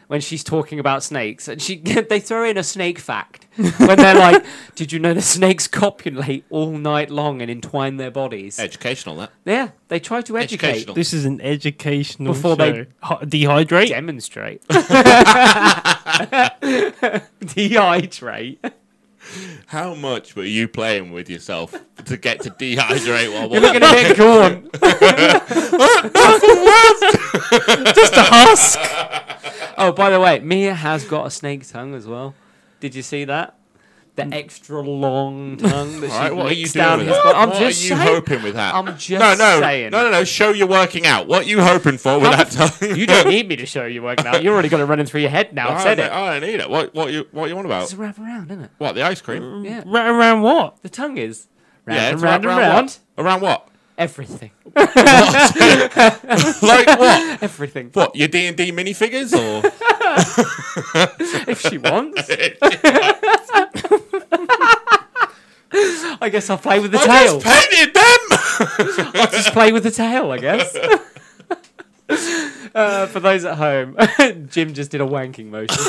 [SPEAKER 1] when she's talking about snakes and she they throw in a snake fact when they're like, "Did you know the snakes copulate all night long and entwine their bodies?"
[SPEAKER 3] Educational, that.
[SPEAKER 1] Yeah, they try to educate.
[SPEAKER 3] Educational.
[SPEAKER 2] This is an educational
[SPEAKER 1] Before
[SPEAKER 2] Before
[SPEAKER 1] they-
[SPEAKER 2] show. Ho- dehydrate.
[SPEAKER 1] demonstrate. Dehydrate.
[SPEAKER 3] How much were you playing with yourself to get to dehydrate while
[SPEAKER 1] You're looking a bit gone.
[SPEAKER 2] Just a husk.
[SPEAKER 1] Oh, by the way, Mia has got a snake tongue as well. Did you see that? The extra long tongue that she
[SPEAKER 3] All right, what are you
[SPEAKER 1] licks
[SPEAKER 3] doing
[SPEAKER 1] down
[SPEAKER 3] with
[SPEAKER 1] his
[SPEAKER 3] that?
[SPEAKER 1] butt. I'm
[SPEAKER 3] what
[SPEAKER 1] just
[SPEAKER 3] are you
[SPEAKER 1] saying.
[SPEAKER 3] hoping with that?
[SPEAKER 1] I'm just
[SPEAKER 3] no, no,
[SPEAKER 1] saying.
[SPEAKER 3] no, no, no. Show you're working out. What are you hoping for with that tongue?
[SPEAKER 1] You don't need me to show you working out. You already got it running through your head now. I've
[SPEAKER 3] I,
[SPEAKER 1] said
[SPEAKER 3] don't,
[SPEAKER 1] it.
[SPEAKER 3] I don't need it. What, what you, what you on about?
[SPEAKER 1] It's a wrap around, isn't it?
[SPEAKER 3] What the ice cream?
[SPEAKER 1] Yeah.
[SPEAKER 2] Right around what?
[SPEAKER 1] The tongue is round
[SPEAKER 3] Yeah,
[SPEAKER 1] and
[SPEAKER 3] it's
[SPEAKER 1] round,
[SPEAKER 3] round,
[SPEAKER 1] and round.
[SPEAKER 3] What? Around what?
[SPEAKER 1] Everything.
[SPEAKER 3] like what?
[SPEAKER 1] Everything.
[SPEAKER 3] What your D and D minifigures or?
[SPEAKER 1] if she wants. I guess I'll play with the
[SPEAKER 3] I
[SPEAKER 1] tail.
[SPEAKER 3] just painted them.
[SPEAKER 1] just play with the tail, I guess. uh, for those at home, Jim just did a wanking motion.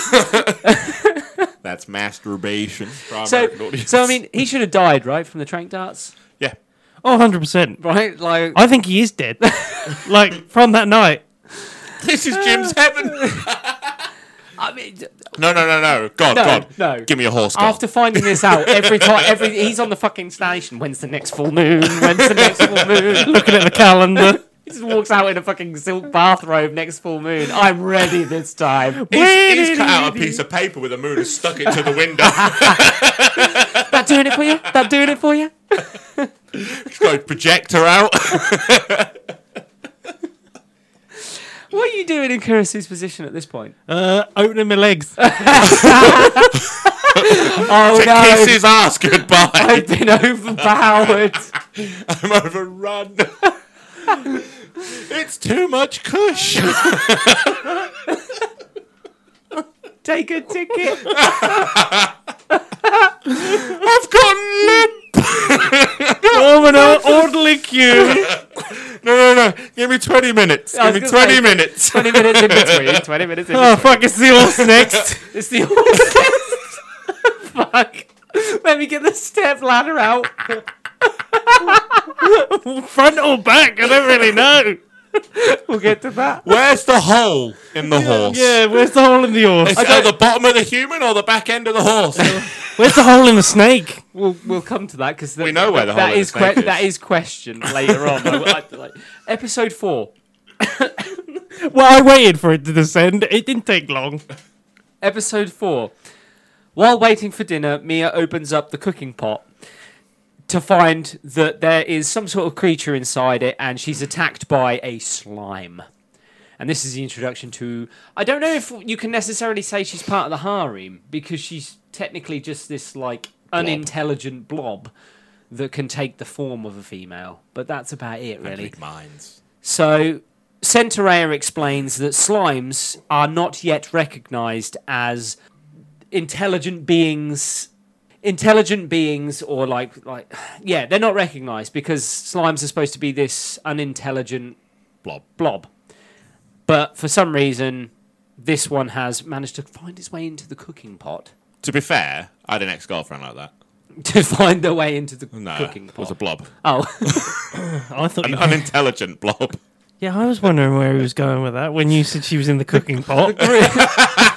[SPEAKER 3] That's masturbation. for our
[SPEAKER 1] So,
[SPEAKER 3] American audience.
[SPEAKER 1] so I mean, he should have died, right, from the trank darts,
[SPEAKER 3] yeah.
[SPEAKER 2] Oh, 100%.
[SPEAKER 1] right? Like,
[SPEAKER 2] I think he is dead. like, from that night.
[SPEAKER 3] This is Jim's
[SPEAKER 1] Uh,
[SPEAKER 3] heaven.
[SPEAKER 1] I mean, d-
[SPEAKER 3] No, no, no, no. God,
[SPEAKER 1] No,
[SPEAKER 3] God.
[SPEAKER 1] no.
[SPEAKER 3] Give me a horse. God.
[SPEAKER 1] after finding this out, every time, every he's on the fucking station. When's the next full moon? When's the next full moon?
[SPEAKER 2] Looking at the calendar.
[SPEAKER 1] He just walks out in a fucking silk bathrobe next full moon. I'm ready this time.
[SPEAKER 3] He's, he's cut out a piece of paper with a moon and stuck it to the window.
[SPEAKER 1] That doing it for you? That doing it for you?
[SPEAKER 3] Go projector out.
[SPEAKER 1] What are you doing in Kurisu's position at this point?
[SPEAKER 2] Uh, opening my legs.
[SPEAKER 1] Oh
[SPEAKER 3] Kiss
[SPEAKER 1] no!
[SPEAKER 3] his ass goodbye.
[SPEAKER 1] I've been overpowered.
[SPEAKER 3] I'm overrun. it's too much cush.
[SPEAKER 1] Take a ticket.
[SPEAKER 3] I've got limp.
[SPEAKER 2] Forming an orderly queue.
[SPEAKER 3] No, no, no. Give me 20 minutes.
[SPEAKER 1] I
[SPEAKER 3] Give
[SPEAKER 1] was
[SPEAKER 3] me
[SPEAKER 1] gonna
[SPEAKER 3] 20
[SPEAKER 1] say-
[SPEAKER 3] minutes.
[SPEAKER 1] 20 minutes in between. 20 minutes in
[SPEAKER 2] Oh
[SPEAKER 1] between.
[SPEAKER 2] fuck! It's the horse next.
[SPEAKER 1] It's the horse. Fuck. Let me get the step ladder out.
[SPEAKER 2] Front or back? I don't really know.
[SPEAKER 1] We'll get to that.
[SPEAKER 3] Where's the hole in the horse?
[SPEAKER 2] Yeah, where's the hole in the horse?
[SPEAKER 3] Is it at the bottom of the human or the back end of the horse?
[SPEAKER 2] Where's the hole in the snake?
[SPEAKER 1] We'll we'll come to that because
[SPEAKER 3] We know where the
[SPEAKER 1] that
[SPEAKER 3] hole in
[SPEAKER 1] is
[SPEAKER 3] the snake is.
[SPEAKER 1] that is questioned later on. I, I- like, episode four.
[SPEAKER 2] Well, I waited for it to descend. It didn't take long.
[SPEAKER 1] Episode four. While waiting for dinner, Mia opens up the cooking pot to find that there is some sort of creature inside it, and she's attacked by a slime. And this is the introduction to. I don't know if you can necessarily say she's part of the harem because she's technically just this like unintelligent blob that can take the form of a female. But that's about it, really.
[SPEAKER 3] Big minds.
[SPEAKER 1] So, Centaurea explains that slimes are not yet recognized as intelligent beings. Intelligent beings, or like, like, yeah, they're not recognized because slimes are supposed to be this unintelligent
[SPEAKER 3] Blob.
[SPEAKER 1] blob. But for some reason, this one has managed to find its way into the cooking pot.
[SPEAKER 3] To be fair, I had an ex girlfriend like that.
[SPEAKER 1] To find their way into the
[SPEAKER 3] No,
[SPEAKER 1] cooking
[SPEAKER 3] it was
[SPEAKER 1] pot.
[SPEAKER 3] a blob.
[SPEAKER 1] oh,
[SPEAKER 2] I thought.
[SPEAKER 3] An
[SPEAKER 2] You...
[SPEAKER 3] unintelligent blob.
[SPEAKER 2] Yeah, I was wondering where he was going with that when you said she was in the cooking pot.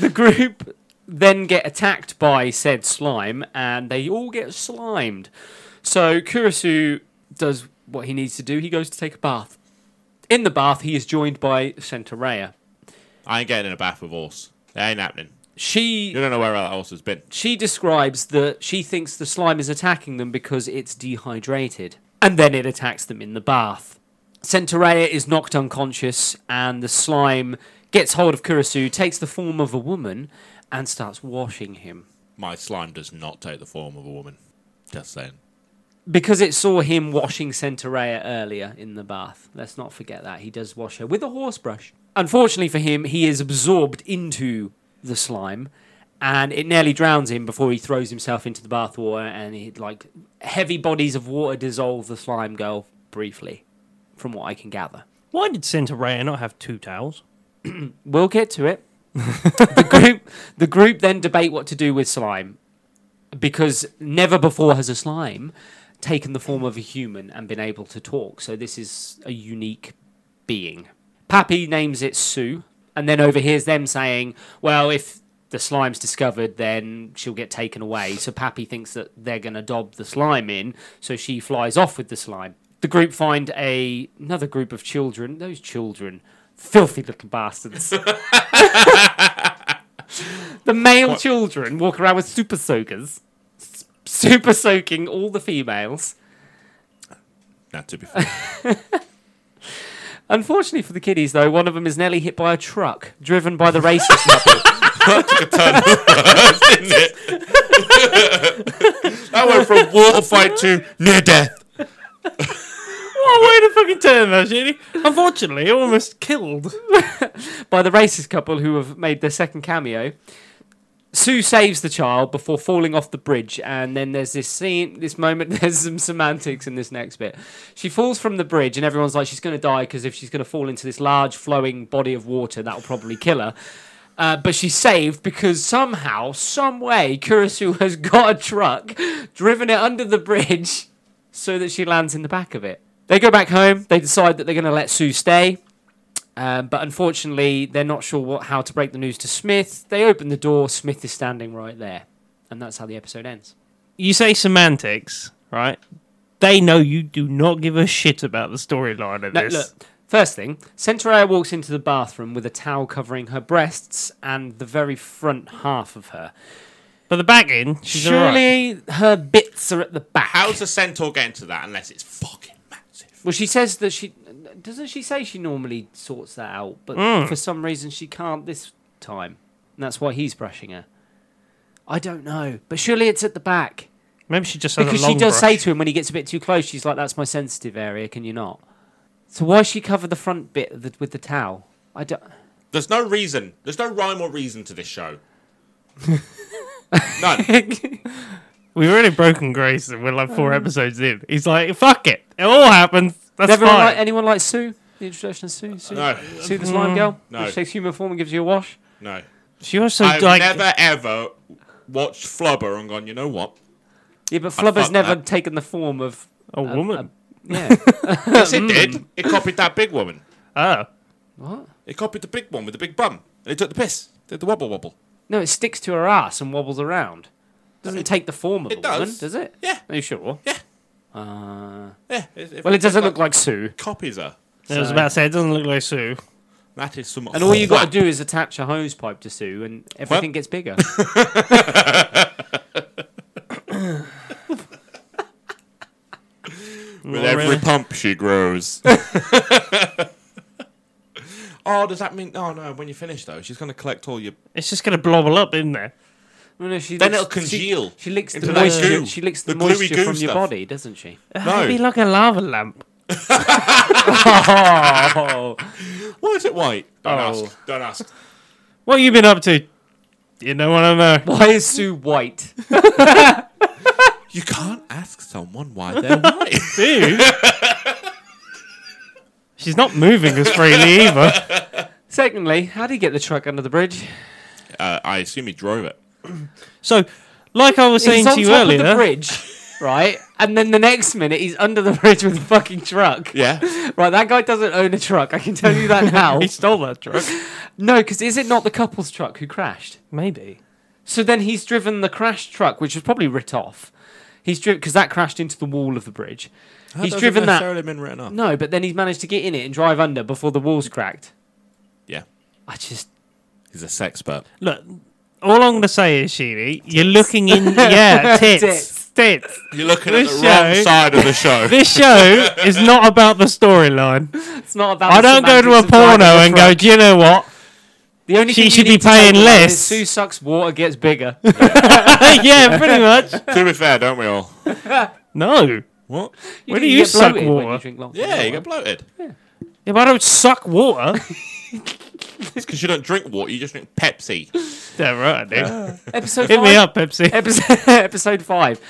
[SPEAKER 1] the group then get attacked by said slime and they all get slimed. So Kurisu does what he needs to do. He goes to take a bath. In the bath, he is joined by Centaurea.
[SPEAKER 3] I ain't getting in a bath with horse. It ain't happening. You
[SPEAKER 1] She
[SPEAKER 3] don't know where that horse has been.
[SPEAKER 1] she describes that she thinks the slime is attacking them because it's dehydrated, and then it attacks them in the bath. Centaurea is knocked unconscious, and the slime gets hold of Kurisu, takes the form of a woman, and starts washing him.
[SPEAKER 3] My slime does not take the form of a woman. Just saying.
[SPEAKER 1] because it saw him washing Centaurea earlier in the bath. Let's not forget that he does wash her with a horse brush. Unfortunately for him, he is absorbed into the slime, and it nearly drowns him before he throws himself into the bath water. And he like heavy bodies of water dissolve the slime girl briefly, from what I can gather.
[SPEAKER 2] Why did Centaurea not have two towels?
[SPEAKER 1] We'll get to it. the group, the group then debate what to do with slime, because never before has a slime taken the form of a human and been able to talk. So this is a unique being. Pappy names it Sue, and then overhears them saying, "Well, if the slime's discovered, then she'll get taken away." So Pappy thinks that they're going to dob the slime in, so she flies off with the slime. The group find a, another group of children. Those children, filthy little bastards. the male children walk around with super soakers, s- super soaking all the females.
[SPEAKER 3] Now, to be fair,
[SPEAKER 1] Unfortunately for the kiddies, though, one of them is nearly hit by a truck driven by the racist couple.
[SPEAKER 3] didn't it? that went from water fight to near death.
[SPEAKER 2] What a Oh, way to fucking turn that, really. Unfortunately, it almost killed.
[SPEAKER 1] by the racist couple who have made their second cameo. Sue saves the child before falling off the bridge, and then there's this scene, this moment. There's some semantics in this next bit. She falls from the bridge, and everyone's like, she's going to die because if she's going to fall into this large flowing body of water, that'll probably kill her. Uh, but she's saved because somehow, some way, Kurisu has got a truck, driven it under the bridge, so that she lands in the back of it. They go back home. They decide that they're going to let Sue stay. Um, but unfortunately, they're not sure what, how to break the news to Smith. They open the door. Smith is standing right there, and that's how the episode ends.
[SPEAKER 2] You say semantics, right? They know you do not give a shit about the storyline of
[SPEAKER 1] Now,
[SPEAKER 2] this.
[SPEAKER 1] look, first thing, Centaurea walks into the bathroom with a towel covering her breasts and the very front half of her.
[SPEAKER 2] But the back end, she's alright.
[SPEAKER 1] Surely her bits are at the back.
[SPEAKER 3] How's a centaur getting to that unless it's fucking massive?
[SPEAKER 1] well, she says that she doesn't. She say she normally sorts that out, but for some reason she can't this time, and that's why he's brushing her. I don't know, but surely it's at the back.
[SPEAKER 2] Maybe she just has
[SPEAKER 1] Because
[SPEAKER 2] a long
[SPEAKER 1] she does
[SPEAKER 2] brush.
[SPEAKER 1] say to him when he gets a bit too close, she's like, "That's my sensitive area. Can you not?" So why she cover the front bit of the, with the towel? I don't.
[SPEAKER 3] There's no reason. There's no rhyme or reason to this show. None.
[SPEAKER 1] Um.
[SPEAKER 2] We've already broken Grace and we're like four episodes in. He's like, fuck it. It all happens. That's
[SPEAKER 1] Never
[SPEAKER 2] fine.
[SPEAKER 1] like anyone like Sue. The introduction of Sue. Sue,
[SPEAKER 3] No.
[SPEAKER 1] Sue the
[SPEAKER 2] Mm.
[SPEAKER 1] slime girl.
[SPEAKER 3] No.
[SPEAKER 1] She takes human form and gives you a wash.
[SPEAKER 3] No.
[SPEAKER 2] she also
[SPEAKER 3] I've
[SPEAKER 2] like
[SPEAKER 3] never ever watched Flubber and gone, you know what?
[SPEAKER 1] Mm. Yeah, but Flubber's
[SPEAKER 3] fuck
[SPEAKER 1] never
[SPEAKER 3] that.
[SPEAKER 1] taken the form of.
[SPEAKER 2] a
[SPEAKER 1] um,
[SPEAKER 2] woman.
[SPEAKER 1] Yeah.
[SPEAKER 3] Yes, it did. It copied that big woman.
[SPEAKER 2] oh,
[SPEAKER 1] what?
[SPEAKER 3] It copied the big one with the big bum. And it took the piss. Did the wobble wobble.
[SPEAKER 1] No, it sticks to her ass and wobbles around. Doesn't take the form of
[SPEAKER 3] it
[SPEAKER 1] a woman,
[SPEAKER 3] does.
[SPEAKER 1] does it?
[SPEAKER 3] Yeah.
[SPEAKER 1] Are you sure?
[SPEAKER 3] Yeah.
[SPEAKER 1] Uh,
[SPEAKER 3] Yeah. It, it,
[SPEAKER 1] well, it doesn't look like Sue.
[SPEAKER 3] Copies her.
[SPEAKER 2] I was
[SPEAKER 1] So-
[SPEAKER 2] about to say it doesn't look like Sue.
[SPEAKER 3] That is some.
[SPEAKER 1] And all you got
[SPEAKER 3] whap.
[SPEAKER 1] to do is attach a hose pipe to Sue, and everything gets bigger.
[SPEAKER 3] With
[SPEAKER 2] Not
[SPEAKER 3] every
[SPEAKER 2] really.
[SPEAKER 3] pump, she grows. oh, does that mean? Oh no. When you finish though, she's gonna collect all your.
[SPEAKER 2] It's just gonna blobble up in there.
[SPEAKER 1] No, no, she
[SPEAKER 3] Then
[SPEAKER 1] licks-
[SPEAKER 3] it'll congeal
[SPEAKER 1] She, she licks the
[SPEAKER 3] into that
[SPEAKER 1] moisture.
[SPEAKER 3] goo,
[SPEAKER 1] She licks the,
[SPEAKER 3] the gluey
[SPEAKER 1] moisture
[SPEAKER 3] goo
[SPEAKER 1] from your
[SPEAKER 3] stuff.
[SPEAKER 1] body, doesn't she?
[SPEAKER 2] It'd be
[SPEAKER 3] No.
[SPEAKER 2] like a lava lamp.
[SPEAKER 1] Oh,
[SPEAKER 3] Why is it white? Don't
[SPEAKER 1] Oh.
[SPEAKER 3] ask. Don't ask.
[SPEAKER 2] What you been up to? You know what I know.
[SPEAKER 1] why is Sue white?
[SPEAKER 3] You can't ask someone why they're white.
[SPEAKER 2] Dude. She's not moving as freely either.
[SPEAKER 1] Secondly, how do you get the truck under the bridge?
[SPEAKER 3] uh, I assume he drove it.
[SPEAKER 2] So, like I was saying
[SPEAKER 1] he's on
[SPEAKER 2] to you
[SPEAKER 1] top
[SPEAKER 2] earlier,
[SPEAKER 1] of the bridge, right? And then the next minute, he's under the bridge with a fucking truck.
[SPEAKER 3] Yeah.
[SPEAKER 1] Right, that guy doesn't own a truck. I can tell you that now.
[SPEAKER 2] he stole that truck.
[SPEAKER 1] no, because is it not the couple's truck who crashed?
[SPEAKER 2] Maybe.
[SPEAKER 1] So then he's driven the crashed truck, which was probably writ off. He's driven because that crashed into the wall of the bridge. he's driven that.
[SPEAKER 3] been written up.
[SPEAKER 1] No, but then he's managed to get in it and drive under before the walls cracked.
[SPEAKER 3] Yeah.
[SPEAKER 1] I just
[SPEAKER 3] He's a sexpert.
[SPEAKER 2] Look, all I'm going to say is, Sheedy, you're looking in. Yeah, tits. tits.
[SPEAKER 3] You're looking
[SPEAKER 2] at
[SPEAKER 3] at
[SPEAKER 2] This
[SPEAKER 3] the
[SPEAKER 2] the wrong
[SPEAKER 3] wrong
[SPEAKER 2] show-
[SPEAKER 3] side of the show.
[SPEAKER 2] This show is not about the storyline.
[SPEAKER 1] it's not about.
[SPEAKER 2] I
[SPEAKER 1] the
[SPEAKER 2] don't go to a
[SPEAKER 1] semantics of driving
[SPEAKER 2] porno
[SPEAKER 1] a
[SPEAKER 2] and go,
[SPEAKER 1] truck.
[SPEAKER 2] do you know what?
[SPEAKER 1] The only
[SPEAKER 2] she
[SPEAKER 1] thing you
[SPEAKER 2] should be
[SPEAKER 1] need to know
[SPEAKER 2] paying
[SPEAKER 1] about
[SPEAKER 2] less."
[SPEAKER 1] is Sue sucks water gets bigger.
[SPEAKER 2] yeah, pretty much.
[SPEAKER 3] to be fair, don't we all?
[SPEAKER 2] No.
[SPEAKER 3] What?
[SPEAKER 2] Where do
[SPEAKER 1] get
[SPEAKER 2] you suck
[SPEAKER 1] bloated when you
[SPEAKER 2] water?
[SPEAKER 1] drink lots of
[SPEAKER 3] Yeah, you
[SPEAKER 1] water.
[SPEAKER 3] get bloated.
[SPEAKER 2] Yeah, but I don't suck water.
[SPEAKER 3] It's because you don't drink water, you just drink Pepsi.
[SPEAKER 2] yeah, right, I do.
[SPEAKER 1] Uh, Episode
[SPEAKER 2] Hit
[SPEAKER 1] five,
[SPEAKER 2] me up, Pepsi.
[SPEAKER 1] Episode, episode five.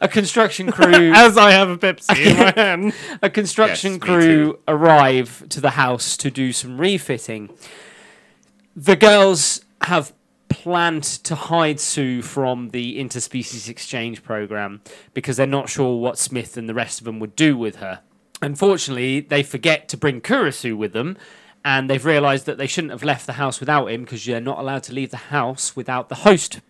[SPEAKER 1] A construction crew.
[SPEAKER 2] As I have a Pepsi in my hand.
[SPEAKER 1] a construction
[SPEAKER 3] Yes, me
[SPEAKER 1] crew
[SPEAKER 3] too.
[SPEAKER 1] arrive to the house to do some refitting. The girls have planned to hide Sue from the interspecies exchange program because they're not sure what Smith and the rest of them would do with her. Unfortunately, they forget to bring Kurisu with them. And they've realised that they shouldn't have left the house without him because you're not allowed to leave the house without the host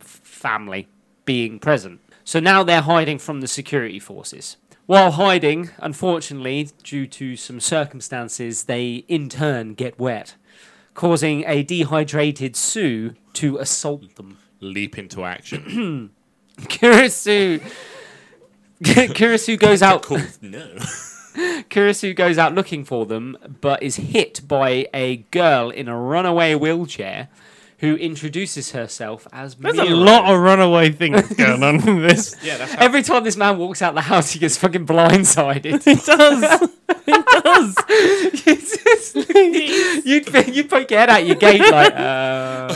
[SPEAKER 1] family being present. So now they're hiding from the security forces. While hiding, unfortunately, due to some circumstances, they in turn get wet, causing a dehydrated Sue to assault them.
[SPEAKER 3] Leap into action.
[SPEAKER 1] Kurisu. Kurisu goes out.
[SPEAKER 3] cool. No.
[SPEAKER 1] Kurisu goes out looking for them, but is hit by a girl in a runaway wheelchair, who introduces herself as.
[SPEAKER 2] There's a
[SPEAKER 1] Mira.
[SPEAKER 2] lot of runaway things going on in this.
[SPEAKER 3] Yeah, that's how.
[SPEAKER 1] Every time this man walks out the house, he gets fucking blindsided.
[SPEAKER 2] It does.
[SPEAKER 1] It's just- you'd think- you'd poke your head out your gate like, uh,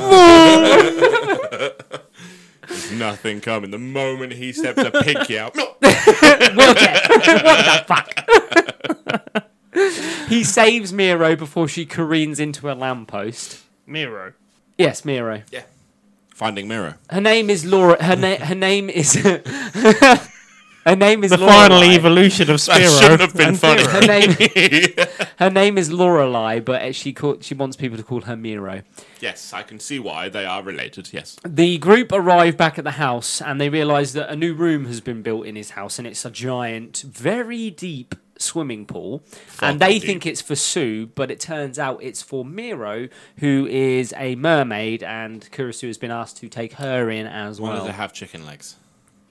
[SPEAKER 3] There's nothing coming. The moment he steps a pinky out.
[SPEAKER 1] wheelchair. what the fuck? he saves Miro before she careens into a lamppost.
[SPEAKER 2] Miro.
[SPEAKER 1] Yes, Miro.
[SPEAKER 3] yeah. Finding Mirror.
[SPEAKER 1] Her name is Laura. Her, na- her name is. her name is
[SPEAKER 2] The
[SPEAKER 1] Laura.
[SPEAKER 2] final evolution of Spiro.
[SPEAKER 3] That shouldn't have been
[SPEAKER 2] and
[SPEAKER 3] funny.
[SPEAKER 2] Miro.
[SPEAKER 1] Her name, her name is Lorelei, but she call, she wants people to call her Miro.
[SPEAKER 3] yes, I can see why they are related. Yes.
[SPEAKER 1] The group arrive back at the house and they realize that a new room has been built in his house and it's a giant, very deep swimming pool. and they
[SPEAKER 3] deep.
[SPEAKER 1] think it's for Sue, but it turns out it's for Miro, who is a mermaid, and Kurisu has been asked to take her in as
[SPEAKER 3] Why
[SPEAKER 1] well.
[SPEAKER 3] does it have chicken legs?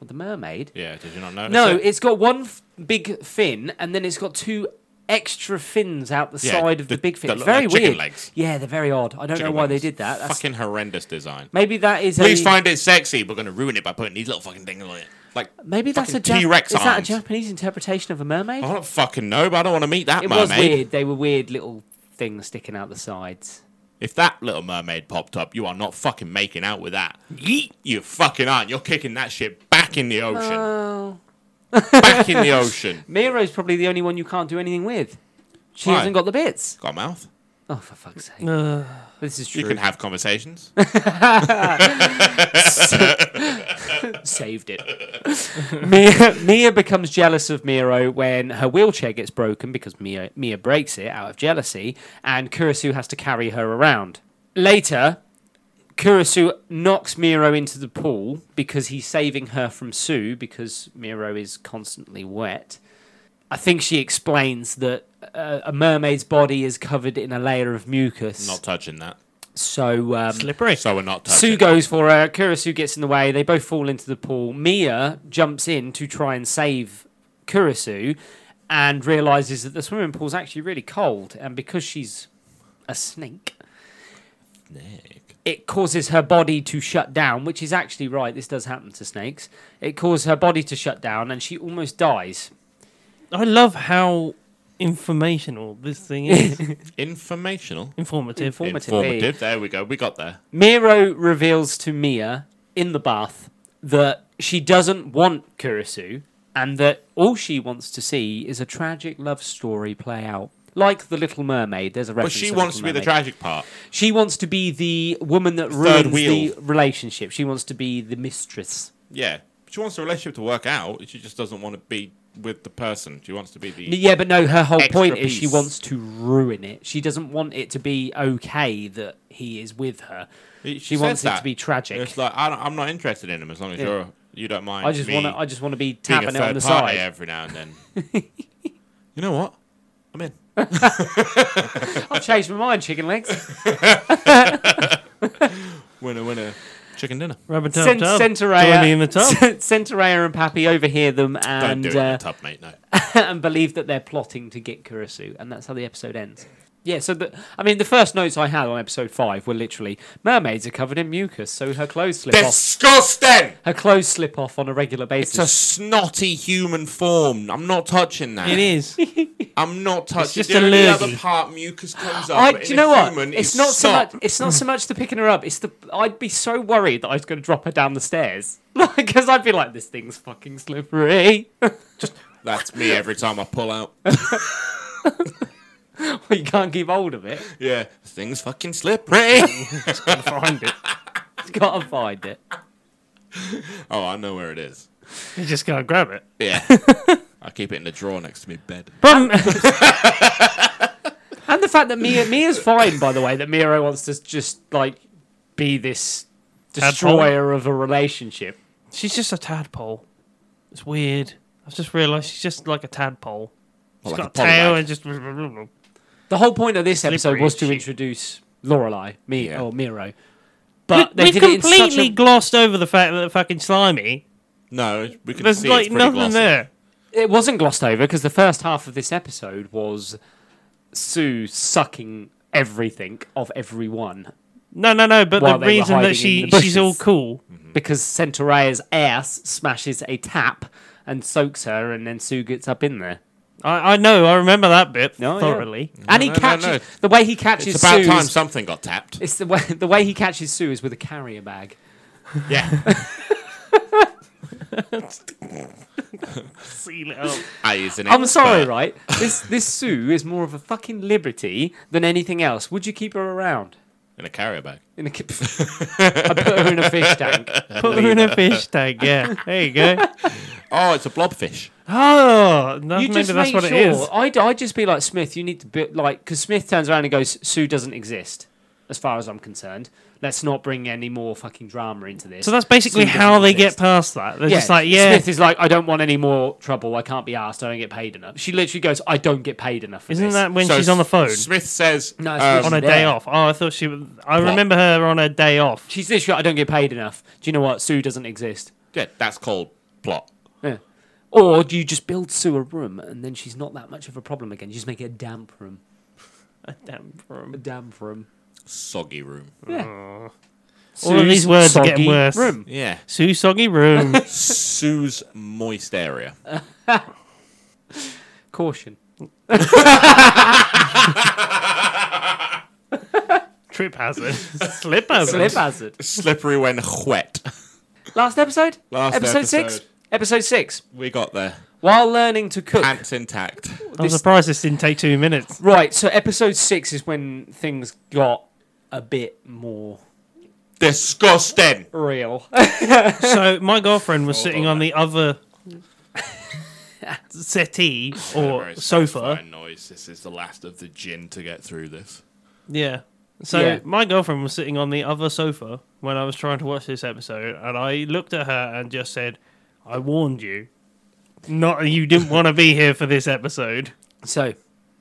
[SPEAKER 1] the mermaid?
[SPEAKER 3] Yeah, did you not notice?
[SPEAKER 1] No,
[SPEAKER 3] it?
[SPEAKER 1] it's got one f- big fin and then it's got two extra fins out the
[SPEAKER 3] Yeah,
[SPEAKER 1] side of the,
[SPEAKER 3] the-
[SPEAKER 1] big fin.
[SPEAKER 3] that
[SPEAKER 1] It's
[SPEAKER 3] look
[SPEAKER 1] very
[SPEAKER 3] like chicken
[SPEAKER 1] weird.
[SPEAKER 3] legs.
[SPEAKER 1] Yeah, they're very odd. I don't know
[SPEAKER 3] Chicken
[SPEAKER 1] why
[SPEAKER 3] wings.
[SPEAKER 1] they did that. That's,
[SPEAKER 3] Fucking horrendous design.
[SPEAKER 1] maybe that is
[SPEAKER 3] Please
[SPEAKER 1] a
[SPEAKER 3] find it sexy. We're going to ruin it by putting these little fucking things on it. Like,
[SPEAKER 1] Maybe that's a
[SPEAKER 3] fucking
[SPEAKER 1] Jap-
[SPEAKER 3] T-Rex
[SPEAKER 1] Is that a
[SPEAKER 3] arms.
[SPEAKER 1] Japanese interpretation of a mermaid?
[SPEAKER 3] I don't fucking know, but I don't want to meet that
[SPEAKER 1] it
[SPEAKER 3] mermaid.
[SPEAKER 1] was weird. They were weird little things sticking out the sides.
[SPEAKER 3] If that little mermaid popped up, you are not fucking making out with that. Yeet. You fucking aren't. You're kicking that shit back in the ocean.
[SPEAKER 1] Oh.
[SPEAKER 3] back in the ocean.
[SPEAKER 1] Miro's probably the only one you can't do anything with. She
[SPEAKER 3] Why?
[SPEAKER 1] hasn't got the bits.
[SPEAKER 3] Got a mouth.
[SPEAKER 1] Oh, for fuck's sake.
[SPEAKER 2] Uh,
[SPEAKER 1] This is true.
[SPEAKER 3] You can have conversations.
[SPEAKER 1] saved it. Mia, Mia becomes jealous of Miro when her wheelchair gets broken because Mia, Mia breaks it out of jealousy, and Kurisu has to carry her around. Later, Kurisu knocks Miro into the pool because he's saving her from Sue because Miro is constantly wet. I think she explains that uh, a mermaid's body is covered in a layer of mucus.
[SPEAKER 3] not touching that.
[SPEAKER 1] so um,
[SPEAKER 2] slippery.
[SPEAKER 3] So we're not touching.
[SPEAKER 1] Sue goes for her. Kurisu gets in the way. They both fall into the pool. Mia jumps in to try and save Kurisu and realizes that the swimming pool's actually really cold. And because she's a snake,
[SPEAKER 3] Nick.
[SPEAKER 1] it causes her body to shut down, which is actually right. This does happen to snakes. It causes her body to shut down and she almost dies.
[SPEAKER 2] I love how informational this thing is.
[SPEAKER 3] Informational.
[SPEAKER 2] Informative.
[SPEAKER 1] Informative.
[SPEAKER 3] Informative. There we go. We got there.
[SPEAKER 1] Miro reveals to Mia in the bath that she doesn't want Kurisu and that all she wants to see is a tragic love story play out. Like the Little Mermaid, there's a
[SPEAKER 3] But
[SPEAKER 1] reference.
[SPEAKER 3] she
[SPEAKER 1] to
[SPEAKER 3] wants to
[SPEAKER 1] Little
[SPEAKER 3] be the
[SPEAKER 1] Mermaid.
[SPEAKER 3] tragic part.
[SPEAKER 1] She wants to be the woman that
[SPEAKER 3] Third
[SPEAKER 1] ruins the
[SPEAKER 3] wheel.
[SPEAKER 1] relationship. She wants to be the mistress.
[SPEAKER 3] Yeah. She wants the relationship to work out. She just doesn't want to be with the person. She wants to be the.
[SPEAKER 1] Yeah, but no, her whole
[SPEAKER 3] Extra
[SPEAKER 1] point is she
[SPEAKER 3] piece.
[SPEAKER 1] wants to ruin it. She doesn't want it to be okay that he is with her.
[SPEAKER 3] She,
[SPEAKER 1] She
[SPEAKER 3] says
[SPEAKER 1] wants it
[SPEAKER 3] that.
[SPEAKER 1] to be tragic.
[SPEAKER 3] It's like I don't, I'm not interested in him as long as
[SPEAKER 1] Yeah.
[SPEAKER 3] you're you don't mind.
[SPEAKER 1] I just
[SPEAKER 3] me
[SPEAKER 1] want to. I just want to be
[SPEAKER 3] being
[SPEAKER 1] tapping
[SPEAKER 3] a
[SPEAKER 1] it on
[SPEAKER 3] third
[SPEAKER 1] the side.
[SPEAKER 3] party every now and then. you know what? I'm in.
[SPEAKER 1] I've changed my mind, chicken legs.
[SPEAKER 3] Winner, winner, chicken dinner.
[SPEAKER 2] Rubber tub
[SPEAKER 1] Cent-
[SPEAKER 2] tub.
[SPEAKER 1] Centaurea,
[SPEAKER 2] Join me in the tub.
[SPEAKER 1] Centaurea and Pappy overhear them
[SPEAKER 3] Don't
[SPEAKER 1] and
[SPEAKER 3] do it in
[SPEAKER 1] uh,
[SPEAKER 3] the tub, mate. No.
[SPEAKER 1] and believe that they're plotting to get Kurisu, and that's how the episode ends. Yeah, so the, I mean, the first notes I had on episode five were literally mermaids are covered in mucus, so her clothes slip off.
[SPEAKER 3] Disgusting.
[SPEAKER 1] Her clothes slip off on a regular
[SPEAKER 3] It's a
[SPEAKER 1] basis.
[SPEAKER 3] snotty human form. I'm not touching that.
[SPEAKER 2] It is.
[SPEAKER 3] I'm not touching.
[SPEAKER 2] just
[SPEAKER 3] the only
[SPEAKER 2] allergy.
[SPEAKER 3] other part mucus comes up.
[SPEAKER 1] I do
[SPEAKER 3] but in
[SPEAKER 1] you
[SPEAKER 3] a
[SPEAKER 1] know what?
[SPEAKER 3] human,
[SPEAKER 1] It's not so
[SPEAKER 3] snot.
[SPEAKER 1] much. It's not so much the picking her up. It's the I'd be so worried that I was going to drop her down the stairs because I'd be like, this thing's fucking slippery.
[SPEAKER 3] That's me every time I pull out.
[SPEAKER 1] you can't keep hold of it.
[SPEAKER 3] Yeah, this thing's fucking slippery.
[SPEAKER 2] Find it.
[SPEAKER 1] You've got to find it.
[SPEAKER 3] oh, I know where it is.
[SPEAKER 2] You just gotta grab it.
[SPEAKER 3] Yeah. I keep it in the drawer next to me bed.
[SPEAKER 2] Bum.
[SPEAKER 1] And the fact that Mia Mia's fine, by the way, that Miro wants to just like be this destroyer of a relationship.
[SPEAKER 2] she's just a tadpole. It's weird. I've just realised she's just like a tadpole.
[SPEAKER 3] Well,
[SPEAKER 2] She's
[SPEAKER 3] like
[SPEAKER 2] got a
[SPEAKER 3] a
[SPEAKER 2] tail
[SPEAKER 3] polywag.
[SPEAKER 2] and just.
[SPEAKER 1] The whole point of this episode
[SPEAKER 2] Slippery
[SPEAKER 1] was
[SPEAKER 2] as
[SPEAKER 1] to
[SPEAKER 2] shit.
[SPEAKER 1] introduce Lorelai, me
[SPEAKER 3] Yeah.
[SPEAKER 1] or Miro, but
[SPEAKER 2] We-
[SPEAKER 1] they
[SPEAKER 2] We've
[SPEAKER 1] did it in
[SPEAKER 2] completely
[SPEAKER 1] such a.
[SPEAKER 2] glossed over the fact that the fucking slimy.
[SPEAKER 3] No, we can
[SPEAKER 2] There's
[SPEAKER 3] see
[SPEAKER 2] like
[SPEAKER 3] it's pretty
[SPEAKER 2] nothing
[SPEAKER 3] glossy.
[SPEAKER 2] there.
[SPEAKER 1] It wasn't glossed over because the first half of this episode was Sue sucking everything of everyone
[SPEAKER 2] No, no, no. But
[SPEAKER 1] While
[SPEAKER 2] the
[SPEAKER 1] they were
[SPEAKER 2] reason
[SPEAKER 1] hiding
[SPEAKER 2] that
[SPEAKER 1] in
[SPEAKER 2] she
[SPEAKER 1] the
[SPEAKER 2] she's all
[SPEAKER 1] bushes.
[SPEAKER 2] cool.
[SPEAKER 3] Mm.
[SPEAKER 1] because Centaurea's ass smashes a tap and soaks her, and then Sue gets up in there.
[SPEAKER 2] I, I know. I remember that bit
[SPEAKER 1] No, yeah.
[SPEAKER 2] thoroughly.
[SPEAKER 1] And he
[SPEAKER 3] no, no,
[SPEAKER 1] catches
[SPEAKER 3] no.
[SPEAKER 1] the way he catches
[SPEAKER 3] It's about
[SPEAKER 1] Sue
[SPEAKER 3] time
[SPEAKER 1] is-
[SPEAKER 3] something got tapped.
[SPEAKER 1] It's the way the way he catches Sue is with a carrier bag.
[SPEAKER 3] Yeah.
[SPEAKER 2] Seal it up.
[SPEAKER 3] I is an
[SPEAKER 1] I'm sorry,
[SPEAKER 3] expert.
[SPEAKER 1] right? This this Sue is more of a fucking liberty than anything else. Would you keep her around?
[SPEAKER 3] In a carrier bag.
[SPEAKER 1] In a, ki- I put her in a fish tank.
[SPEAKER 2] Put her in a fish tank. Yeah, there you go.
[SPEAKER 3] Oh, it's a blobfish.
[SPEAKER 2] Oh, no,
[SPEAKER 1] You
[SPEAKER 2] maybe
[SPEAKER 1] just
[SPEAKER 2] that's
[SPEAKER 1] make
[SPEAKER 2] what
[SPEAKER 1] sure.
[SPEAKER 2] it is.
[SPEAKER 1] I'd, I'd just be like Smith. You need to be like because Smith turns around and goes, "Sue doesn't exist, as far as I'm concerned. Let's not bring any more fucking drama into this."
[SPEAKER 2] So that's basically
[SPEAKER 1] Sue doesn't
[SPEAKER 2] how they
[SPEAKER 1] exist.
[SPEAKER 2] get past that. They're
[SPEAKER 1] Yeah,
[SPEAKER 2] just like, yeah,
[SPEAKER 1] Smith is like, "I don't want any more trouble. I can't be asked. I don't get paid enough." She literally goes, "I don't get paid enough." For
[SPEAKER 2] Isn't
[SPEAKER 1] this."
[SPEAKER 2] that when
[SPEAKER 3] So
[SPEAKER 2] she's on the phone
[SPEAKER 3] Smith says,
[SPEAKER 1] No,
[SPEAKER 3] um,
[SPEAKER 1] it's
[SPEAKER 2] on a
[SPEAKER 1] there.
[SPEAKER 2] day off? Oh, I thought she. Was, I remember her on a day off.
[SPEAKER 1] She's literally, I don't get paid enough. Do you know what? Sue doesn't exist.
[SPEAKER 3] yeah, that's called plot.
[SPEAKER 1] Yeah. Or do you just build Sue a room and then she's not that much of a problem again? You just make it a damp room. A damp room.
[SPEAKER 3] Soggy room.
[SPEAKER 2] All of these words are getting worse.
[SPEAKER 1] Room.
[SPEAKER 3] Yeah.
[SPEAKER 2] Sue soggy room.
[SPEAKER 3] Sue's moist area.
[SPEAKER 1] Caution.
[SPEAKER 2] Trip hazard. Slip hazard.
[SPEAKER 1] Slip hazard.
[SPEAKER 3] Slippery when wet.
[SPEAKER 1] Last episode?
[SPEAKER 3] Last
[SPEAKER 1] episode, six?
[SPEAKER 3] episode.
[SPEAKER 1] Episode six.
[SPEAKER 3] We got there.
[SPEAKER 1] While learning to cook.
[SPEAKER 3] Pants intact.
[SPEAKER 2] I'm
[SPEAKER 1] this-
[SPEAKER 2] surprised this didn't take two minutes.
[SPEAKER 1] right, so episode six is when things got a bit more
[SPEAKER 3] Disgusting.
[SPEAKER 1] real.
[SPEAKER 2] so my girlfriend was
[SPEAKER 3] Hold
[SPEAKER 2] sitting
[SPEAKER 3] on
[SPEAKER 2] on the other settee or
[SPEAKER 3] Very
[SPEAKER 2] sofa.
[SPEAKER 3] satisfying Noise. This is the last of the gin to get through this.
[SPEAKER 2] Yeah. So
[SPEAKER 1] Yeah.
[SPEAKER 2] my girlfriend was sitting on the other sofa when I was trying to watch this episode, and I looked at her and just said, "I warned you. Not you didn't want to be here for this episode."
[SPEAKER 1] So,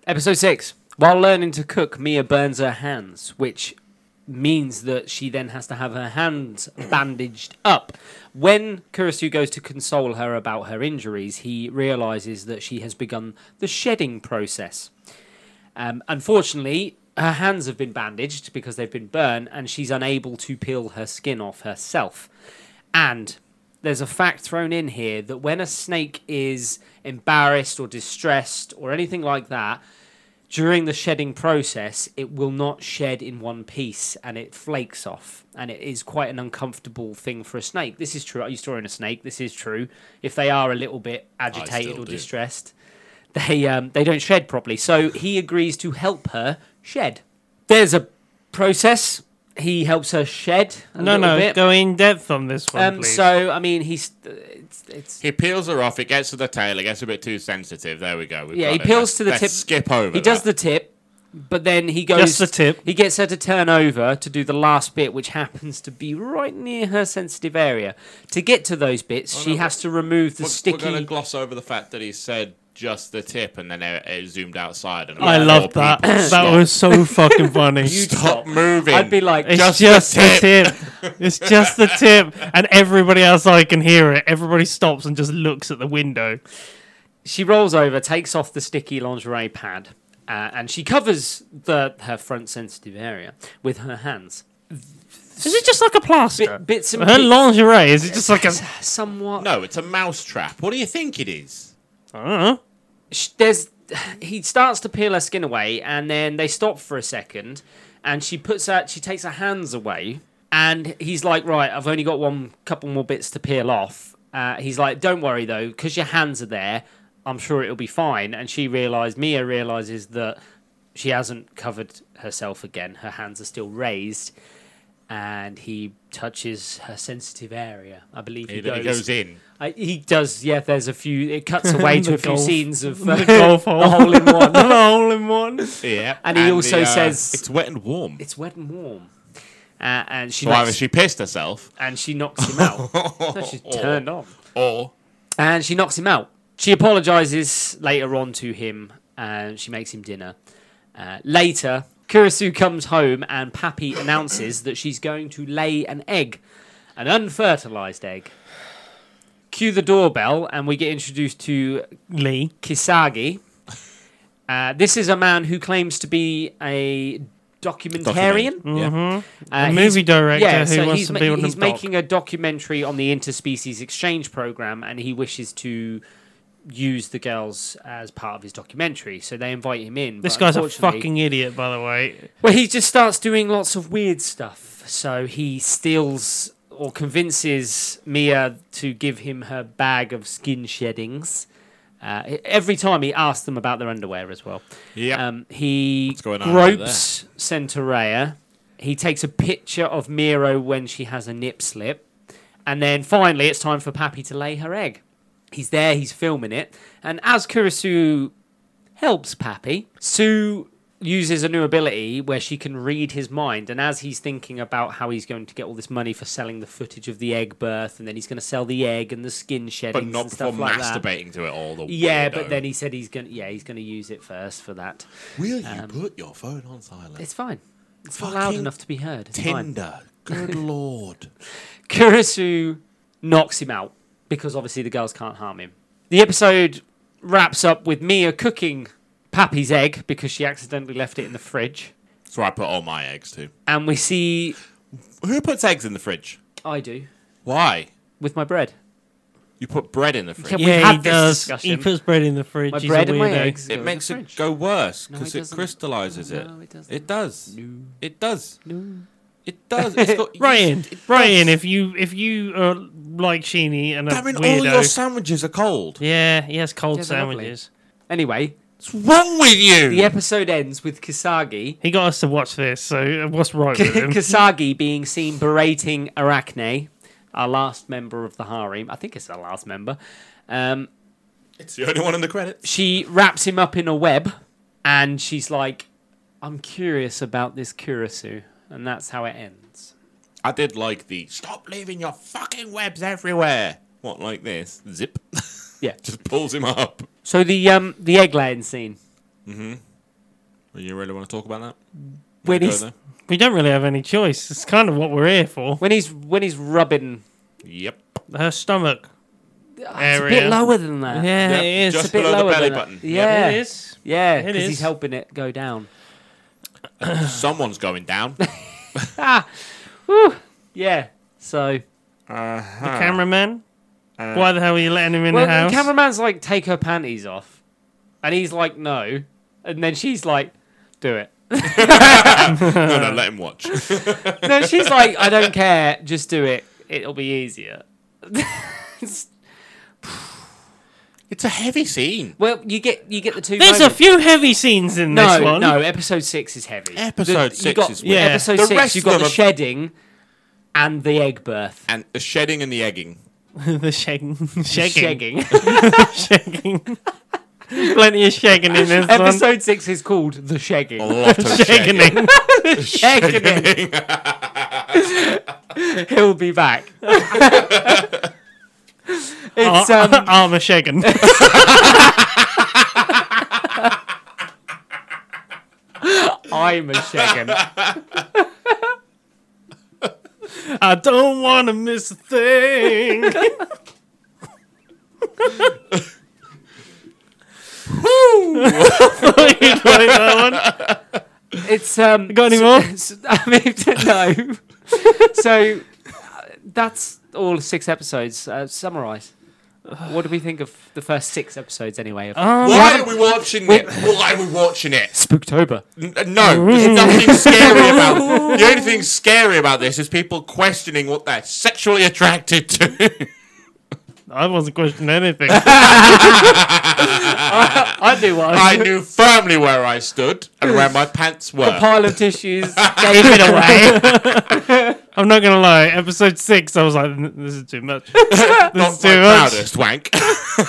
[SPEAKER 1] episode six. While learning to cook, Mia burns her hands, which means that she then has to have her hands bandaged up. When Kurisu goes to console her about her injuries, he realizes that she has begun the shedding process. Um, unfortunately, her hands have been bandaged because they've been burned, and she's unable to peel her skin off herself. And there's a fact thrown in here that when a snake is embarrassed or distressed or anything like that, during the shedding process, it will not shed in one piece and it flakes off. And it is quite an uncomfortable thing for a snake. This is true. I used to own a snake. This is true. If they are a little bit agitated
[SPEAKER 3] still
[SPEAKER 1] or
[SPEAKER 3] do.
[SPEAKER 1] distressed, they um, they don't shed properly. So he agrees to help her shed. There's a process. He helps her shed a
[SPEAKER 2] no,
[SPEAKER 1] little
[SPEAKER 2] no,
[SPEAKER 1] bit.
[SPEAKER 2] go in depth on this one,
[SPEAKER 1] Um,
[SPEAKER 2] please.
[SPEAKER 1] so I mean, he's uh, it's, it's
[SPEAKER 3] He peels her off. It gets to the tail. It gets a bit too sensitive. There we go. We've
[SPEAKER 1] Yeah,
[SPEAKER 3] got
[SPEAKER 1] he
[SPEAKER 3] it.
[SPEAKER 1] peels
[SPEAKER 3] Let's-
[SPEAKER 1] to the
[SPEAKER 3] let's
[SPEAKER 1] tip.
[SPEAKER 3] Skip over.
[SPEAKER 1] he does
[SPEAKER 3] that.
[SPEAKER 1] the tip, but then he goes
[SPEAKER 2] Just the tip.
[SPEAKER 1] He gets her to turn over to do the last bit, which happens to be right near her sensitive area. To get to those bits, she
[SPEAKER 3] Oh, no,
[SPEAKER 1] has to remove the
[SPEAKER 3] We're,
[SPEAKER 1] sticky.
[SPEAKER 3] going to gloss over the fact that he said just the tip, and then it, it zoomed outside. And
[SPEAKER 2] I
[SPEAKER 3] all
[SPEAKER 2] love
[SPEAKER 3] four
[SPEAKER 2] that.
[SPEAKER 3] people
[SPEAKER 2] That
[SPEAKER 3] stopped.
[SPEAKER 2] was so fucking funny.
[SPEAKER 3] Stop, moving.
[SPEAKER 1] I'd be like,
[SPEAKER 2] It's
[SPEAKER 3] Just
[SPEAKER 2] just,
[SPEAKER 3] the
[SPEAKER 2] the tip. It's just the tip, and everybody else I can hear it. Everybody stops and just looks at the window.
[SPEAKER 1] she rolls over, takes off the sticky lingerie pad, uh, and she covers the her front sensitive area with her hands.
[SPEAKER 2] Is it just like a plaster?
[SPEAKER 1] Bit, bits and
[SPEAKER 2] Her
[SPEAKER 1] pi-
[SPEAKER 2] lingerie is it just like a?
[SPEAKER 1] somewhat.
[SPEAKER 3] no, it's a mousetrap. What do you think it is?
[SPEAKER 2] I don't know.
[SPEAKER 1] sh- there's he starts to peel her skin away and then they stop for a second and she puts her she takes her hands away and he's like right i've only got one couple more bits to peel off uh, he's like don't worry though because your hands are there i'm sure it'll be fine and she realized mia realizes that she hasn't covered herself again her hands are still raised and he touches her sensitive area i believe
[SPEAKER 3] He, he goes in.
[SPEAKER 1] I, he does, yeah. There's a few. It cuts away to
[SPEAKER 2] The
[SPEAKER 1] a few
[SPEAKER 2] golf-
[SPEAKER 1] scenes of uh,
[SPEAKER 2] the golf hole.
[SPEAKER 1] the hole in one.
[SPEAKER 2] hole in one.
[SPEAKER 3] Yeah, uh,
[SPEAKER 1] And he also says-
[SPEAKER 3] it's wet and warm.
[SPEAKER 1] It's wet and warm, uh, and she
[SPEAKER 3] So either
[SPEAKER 1] knocks,
[SPEAKER 3] she pissed herself,
[SPEAKER 1] and she knocks him out. no, she's turned on,
[SPEAKER 3] or
[SPEAKER 1] and she knocks him out. She apologizes later on to him, and she makes him dinner. Uh, later, Kurisu comes home, and Pappy announces that she's going to lay an egg, an unfertilized egg. Cue the doorbell, and we get introduced to
[SPEAKER 2] Lee.
[SPEAKER 1] Kisagi. Uh, this is a man who claims to be a documentarian.
[SPEAKER 3] Yeah.
[SPEAKER 1] Uh,
[SPEAKER 2] A
[SPEAKER 1] he's-
[SPEAKER 2] movie director
[SPEAKER 1] yeah,
[SPEAKER 2] who
[SPEAKER 1] so
[SPEAKER 2] wants
[SPEAKER 1] he's,
[SPEAKER 2] to
[SPEAKER 1] ma-
[SPEAKER 2] be on
[SPEAKER 1] he's
[SPEAKER 2] the doc.
[SPEAKER 1] making a documentary on the interspecies exchange program, and he wishes to use the girls as part of his documentary. So they invite him in.
[SPEAKER 2] This
[SPEAKER 1] but
[SPEAKER 2] guy's a
[SPEAKER 1] unfortunately-
[SPEAKER 2] fucking idiot, by the way.
[SPEAKER 1] well, he just starts doing lots of weird stuff. So he steals or convinces Mia to give him her bag of skin sheddings. Uh, every time he asks them about their underwear as well.
[SPEAKER 3] Yep.
[SPEAKER 1] Um, he
[SPEAKER 3] What's going on over
[SPEAKER 1] gropes Centaurea. He takes a picture of Miro when she has a nip slip. And then finally, it's time for Pappy to lay her egg. He's there, he's filming it. And as Kurisu helps Pappy, Sue uses a new ability where she can read his mind. And as he's thinking about how he's going to get all this money for selling the footage of the egg birth, and then he's going to sell the egg and the skin
[SPEAKER 3] but
[SPEAKER 1] shedding
[SPEAKER 3] not
[SPEAKER 1] and
[SPEAKER 3] before
[SPEAKER 1] stuff like that.
[SPEAKER 3] masturbating to it all. The
[SPEAKER 1] Yeah,
[SPEAKER 3] weirdo.
[SPEAKER 1] but then he said he's going to yeah, he's going to use it first for that.
[SPEAKER 3] will you
[SPEAKER 1] Um,
[SPEAKER 3] put your phone on silent?
[SPEAKER 1] It's fine. It's not loud
[SPEAKER 3] Fucking
[SPEAKER 1] enough to be heard. It's fine.
[SPEAKER 3] Tinder. Good lord.
[SPEAKER 1] Kurisu knocks him out because obviously the girls can't harm him. The episode wraps up with Mia cooking Pappy's egg because she accidentally left it in the fridge.
[SPEAKER 3] So I put all my eggs too.
[SPEAKER 1] And we see
[SPEAKER 3] Who puts eggs in the fridge?
[SPEAKER 1] I do
[SPEAKER 3] Why?
[SPEAKER 1] with my bread.
[SPEAKER 3] You put bread in the fridge.
[SPEAKER 1] Can we
[SPEAKER 2] yeah,
[SPEAKER 1] had
[SPEAKER 2] he
[SPEAKER 1] this
[SPEAKER 2] does. He
[SPEAKER 1] discussion.
[SPEAKER 2] puts bread in the fridge.
[SPEAKER 1] My
[SPEAKER 2] He's
[SPEAKER 1] bread
[SPEAKER 2] a
[SPEAKER 1] and my
[SPEAKER 2] weirdo.
[SPEAKER 1] eggs. go
[SPEAKER 3] It
[SPEAKER 1] in
[SPEAKER 3] makes
[SPEAKER 1] the
[SPEAKER 3] it
[SPEAKER 1] fridge.
[SPEAKER 3] go worse
[SPEAKER 1] No,
[SPEAKER 3] because
[SPEAKER 1] it
[SPEAKER 3] it
[SPEAKER 1] doesn't.
[SPEAKER 3] crystallizes it.
[SPEAKER 1] No, it doesn't.
[SPEAKER 3] It does.
[SPEAKER 1] No.
[SPEAKER 3] It does.
[SPEAKER 1] No.
[SPEAKER 3] It does. It's got
[SPEAKER 2] Ryan,
[SPEAKER 3] yeast. It
[SPEAKER 2] Ryan,
[SPEAKER 3] does.
[SPEAKER 2] if you if you are like Sheeny and a
[SPEAKER 3] Darren,
[SPEAKER 2] weirdo,
[SPEAKER 3] all your sandwiches are cold.
[SPEAKER 2] yeah, he has cold
[SPEAKER 1] Yeah, they're lovely.
[SPEAKER 2] sandwiches.
[SPEAKER 1] Anyway,
[SPEAKER 3] What's wrong with you?
[SPEAKER 1] the episode ends with Kasagi.
[SPEAKER 2] He got us to watch this, so uh, what's right with him?
[SPEAKER 1] Kasagi being seen berating Arachne, our last member of the harem. I think it's our last member. Um,
[SPEAKER 3] It's the only one in the credits.
[SPEAKER 1] she wraps him up in a web and she's like, I'm curious about this Kurisu. And that's how it ends.
[SPEAKER 3] I did like the stop leaving your fucking webs everywhere. What, like this? Zip.
[SPEAKER 1] Yeah.
[SPEAKER 3] Just pulls him up.
[SPEAKER 1] So the um the egg laying scene.
[SPEAKER 3] You really want to talk about that?
[SPEAKER 1] When
[SPEAKER 3] Go
[SPEAKER 1] he's
[SPEAKER 3] there?
[SPEAKER 2] we don't really have any choice. It's kind of what we're here for.
[SPEAKER 1] when he's when he's rubbing
[SPEAKER 3] Yep.
[SPEAKER 2] Her
[SPEAKER 1] Ah,
[SPEAKER 2] stomach.
[SPEAKER 1] it's a bit
[SPEAKER 2] Area.
[SPEAKER 1] lower than that.
[SPEAKER 2] Yeah,
[SPEAKER 3] Yep,
[SPEAKER 2] it is.
[SPEAKER 3] just
[SPEAKER 1] It's a bit
[SPEAKER 3] below
[SPEAKER 1] lower
[SPEAKER 3] the belly
[SPEAKER 1] than that.
[SPEAKER 3] button. Yep.
[SPEAKER 1] Yeah.
[SPEAKER 2] It is.
[SPEAKER 1] Yeah,
[SPEAKER 2] It
[SPEAKER 1] because
[SPEAKER 2] is.
[SPEAKER 1] he's helping it go down.
[SPEAKER 3] Someone's going down.
[SPEAKER 1] Yeah. So
[SPEAKER 2] The cameraman.
[SPEAKER 3] Ah.
[SPEAKER 2] Why the hell are you letting him in
[SPEAKER 1] well,
[SPEAKER 2] the house?
[SPEAKER 1] the cameraman's like, take her panties off, and he's like, no, and then she's like, do it.
[SPEAKER 3] no, no, let him watch.
[SPEAKER 1] No, she's like, I don't care, just do it. It'll be easier.
[SPEAKER 3] it's a heavy scene.
[SPEAKER 1] Well, you get you get the two.
[SPEAKER 2] There's a
[SPEAKER 1] moments.
[SPEAKER 2] few heavy scenes in
[SPEAKER 1] no,
[SPEAKER 2] this one.
[SPEAKER 1] no. Episode six is heavy.
[SPEAKER 3] Episode
[SPEAKER 1] you
[SPEAKER 3] six
[SPEAKER 1] got,
[SPEAKER 3] is
[SPEAKER 1] yeah.
[SPEAKER 2] weird.
[SPEAKER 1] Episode
[SPEAKER 3] The
[SPEAKER 1] six,
[SPEAKER 3] rest
[SPEAKER 1] you
[SPEAKER 3] of
[SPEAKER 1] got the
[SPEAKER 3] them-
[SPEAKER 1] shedding, and the egg birth.
[SPEAKER 3] And the shedding and the egging.
[SPEAKER 2] the shagging.
[SPEAKER 1] Shegging.
[SPEAKER 2] Shagging. Shagging. Plenty of shagging in this one.
[SPEAKER 1] episode six is called the shegging.
[SPEAKER 3] A lot of shedding.
[SPEAKER 2] Shagging.
[SPEAKER 1] Shegging. He'll be back. it's um.
[SPEAKER 2] Armor shagging.
[SPEAKER 1] I'm a shaggin.
[SPEAKER 2] I don't want to miss a thing. You got it, that one?
[SPEAKER 1] It's um.
[SPEAKER 2] Got any more?
[SPEAKER 1] s- I mean, no. so uh, that's all six episodes. Uh, summarize. What do we think of the first six episodes anyway? Of
[SPEAKER 3] Why are we watching it? Why are we watching it?
[SPEAKER 1] Spooktober.
[SPEAKER 3] N- uh, No, there's nothing scary about. The only thing scary about this is people questioning what they're sexually attracted to.
[SPEAKER 2] I wasn't questioning anything.
[SPEAKER 1] I do one.
[SPEAKER 3] I knew firmly where I stood and where my pants
[SPEAKER 1] a
[SPEAKER 3] were.
[SPEAKER 1] pile of tissues. gave it away.
[SPEAKER 2] I'm not gonna lie. Episode six, I was like, "N- "This is too much." this
[SPEAKER 3] Not
[SPEAKER 2] is
[SPEAKER 3] my
[SPEAKER 2] too much.
[SPEAKER 3] proudest wank.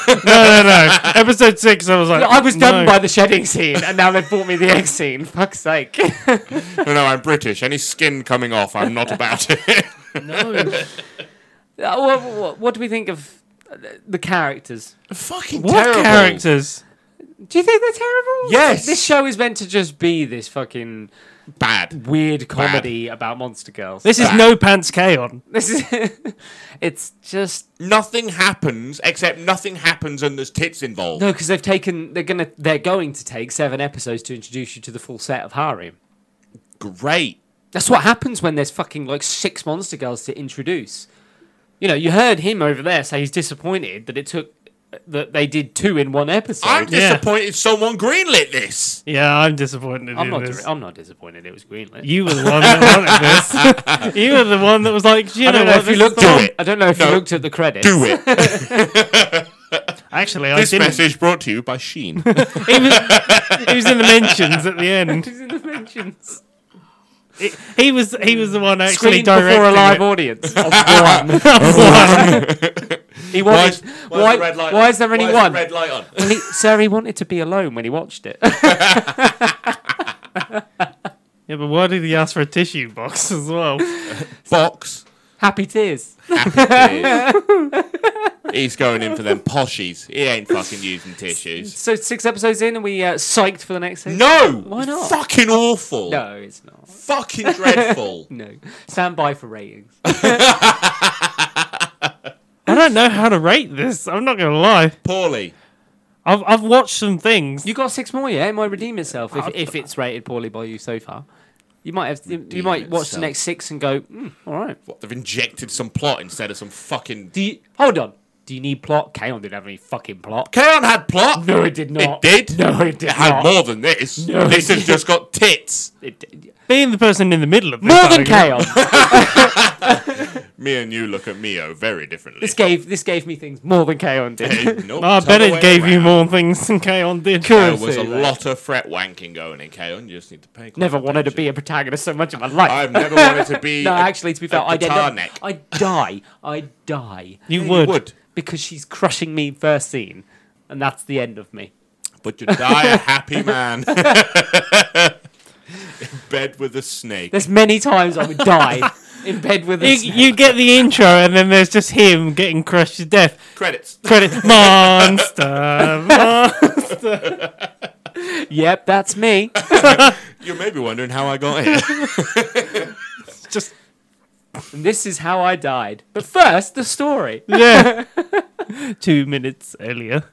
[SPEAKER 2] No, no, no. Episode six, I was like,
[SPEAKER 1] I was done
[SPEAKER 2] no.
[SPEAKER 1] by the shedding scene, and now they've brought me the egg scene. Fuck's sake. Uh,
[SPEAKER 3] No, no, I'm British. Any skin coming off, I'm not about it.
[SPEAKER 1] Uh, what, what, what do we think of uh, the characters?
[SPEAKER 3] Fucking
[SPEAKER 2] What characters?
[SPEAKER 1] Do you think they're terrible?
[SPEAKER 3] Yes.
[SPEAKER 1] This show is meant to just be this fucking
[SPEAKER 3] Bad.
[SPEAKER 1] weird comedy about monster girls.
[SPEAKER 2] This is
[SPEAKER 3] That-
[SPEAKER 2] no pants K on.
[SPEAKER 1] This is. it's just
[SPEAKER 3] Nothing happens except nothing happens and there's tits involved.
[SPEAKER 1] no, because they've taken. They're gonna. They're going to take seven episodes to introduce you to the full set of harem.
[SPEAKER 3] Great.
[SPEAKER 1] That's what happens when there's fucking like six monster girls to introduce. You know, you heard him over there say he's disappointed that it took that they did two in one episode.
[SPEAKER 3] I'm
[SPEAKER 2] Yeah.
[SPEAKER 3] disappointed someone greenlit this.
[SPEAKER 2] Yeah, I'm disappointed.
[SPEAKER 1] I'm
[SPEAKER 2] in
[SPEAKER 1] not.
[SPEAKER 2] this.
[SPEAKER 1] dis- I'm not disappointed. It was greenlit.
[SPEAKER 2] You were the one that wanted this. you were the one that was like, you
[SPEAKER 1] I
[SPEAKER 2] know,
[SPEAKER 1] don't know
[SPEAKER 2] what,
[SPEAKER 1] if you
[SPEAKER 2] this is
[SPEAKER 1] looked
[SPEAKER 2] the
[SPEAKER 1] at
[SPEAKER 2] one-
[SPEAKER 3] it.
[SPEAKER 1] I don't know if you
[SPEAKER 3] No.
[SPEAKER 1] looked at the credits.
[SPEAKER 3] Do it.
[SPEAKER 2] Actually,
[SPEAKER 3] this
[SPEAKER 2] I didn't.
[SPEAKER 3] message brought to you by Sheen.
[SPEAKER 2] He was, he was in the mentions at the end.
[SPEAKER 1] He's in the mentions.
[SPEAKER 2] He was he was the one actually
[SPEAKER 1] Screened before a
[SPEAKER 2] directing
[SPEAKER 1] live
[SPEAKER 2] it.
[SPEAKER 1] audience of one. he
[SPEAKER 3] Why
[SPEAKER 1] wanted.
[SPEAKER 3] is-
[SPEAKER 1] Why,
[SPEAKER 3] why
[SPEAKER 1] why,
[SPEAKER 3] is the red light
[SPEAKER 1] is there
[SPEAKER 3] on?
[SPEAKER 1] only
[SPEAKER 3] Why
[SPEAKER 1] one?
[SPEAKER 3] the red light on.
[SPEAKER 1] Well, he, sir, he wanted to be alone when he watched it.
[SPEAKER 2] Yeah, but why did he ask for a tissue box as well?
[SPEAKER 3] Box.
[SPEAKER 1] Happy tears.
[SPEAKER 3] Happy tears. He's going in for them poshies. He ain't fucking using tissues.
[SPEAKER 1] So six episodes in, and we uh, psyched for the next season.
[SPEAKER 3] No!
[SPEAKER 1] Why not?
[SPEAKER 3] Fucking awful.
[SPEAKER 1] no, it's not.
[SPEAKER 3] Fucking dreadful.
[SPEAKER 1] No, stand by for ratings.
[SPEAKER 2] I don't know how to rate this. I'm not gonna lie.
[SPEAKER 3] Poorly.
[SPEAKER 2] I've I've watched some things.
[SPEAKER 1] You got six more, yeah? It might redeem itself if, if it's rated poorly by you so far. You might have. you
[SPEAKER 3] Redeem
[SPEAKER 1] might watch the
[SPEAKER 3] itself.
[SPEAKER 1] next six and go, mm, all right.
[SPEAKER 3] What, they've injected some plot instead of some fucking.
[SPEAKER 1] Do you, hold on. Do you need plot? Kaon didn't have any fucking plot.
[SPEAKER 3] Kaon had plot.
[SPEAKER 1] No, it did not.
[SPEAKER 3] It did.
[SPEAKER 1] No, it did
[SPEAKER 3] It
[SPEAKER 1] not.
[SPEAKER 3] had more than this.
[SPEAKER 1] No,
[SPEAKER 3] this
[SPEAKER 1] it
[SPEAKER 3] has just got tits.
[SPEAKER 1] It did-
[SPEAKER 2] Being the person in the middle of this,
[SPEAKER 1] More than
[SPEAKER 2] argument-
[SPEAKER 1] Kaon.
[SPEAKER 3] Me and you look at Mio very differently.
[SPEAKER 1] this Oh, gave this gave me things more than Kaon did.
[SPEAKER 3] Hey, nope,
[SPEAKER 2] I
[SPEAKER 3] t'other
[SPEAKER 2] bet it
[SPEAKER 3] way
[SPEAKER 2] gave you
[SPEAKER 3] around.
[SPEAKER 2] more things than Kaon did.
[SPEAKER 1] Cool.
[SPEAKER 3] There was a
[SPEAKER 1] Absolutely.
[SPEAKER 3] lot of fret wanking going in Kaon. You just need to pay. close
[SPEAKER 1] Never wanted to
[SPEAKER 3] attention.
[SPEAKER 1] be a protagonist so much in my life.
[SPEAKER 3] I've never wanted to be.
[SPEAKER 1] no,
[SPEAKER 3] a-
[SPEAKER 1] actually, to be
[SPEAKER 3] a
[SPEAKER 1] fair, I'd end
[SPEAKER 3] guitar
[SPEAKER 1] up,
[SPEAKER 3] neck.
[SPEAKER 1] I'd die. I'd die
[SPEAKER 2] You
[SPEAKER 3] You
[SPEAKER 2] would.
[SPEAKER 3] would,
[SPEAKER 1] because she's crushing me first scene, and that's the end of me.
[SPEAKER 3] but you die a happy man in bed with a snake.
[SPEAKER 1] There's many times I would die in bed with
[SPEAKER 2] You,
[SPEAKER 1] a snake.
[SPEAKER 2] you get the intro, and then there's just him getting crushed to death.
[SPEAKER 3] Credits.
[SPEAKER 2] Credit monster. mon-
[SPEAKER 1] Yep, that's me.
[SPEAKER 3] You may be wondering how I got here.
[SPEAKER 2] just
[SPEAKER 1] And this is how I died. But first, the story.
[SPEAKER 2] yeah. Two minutes earlier.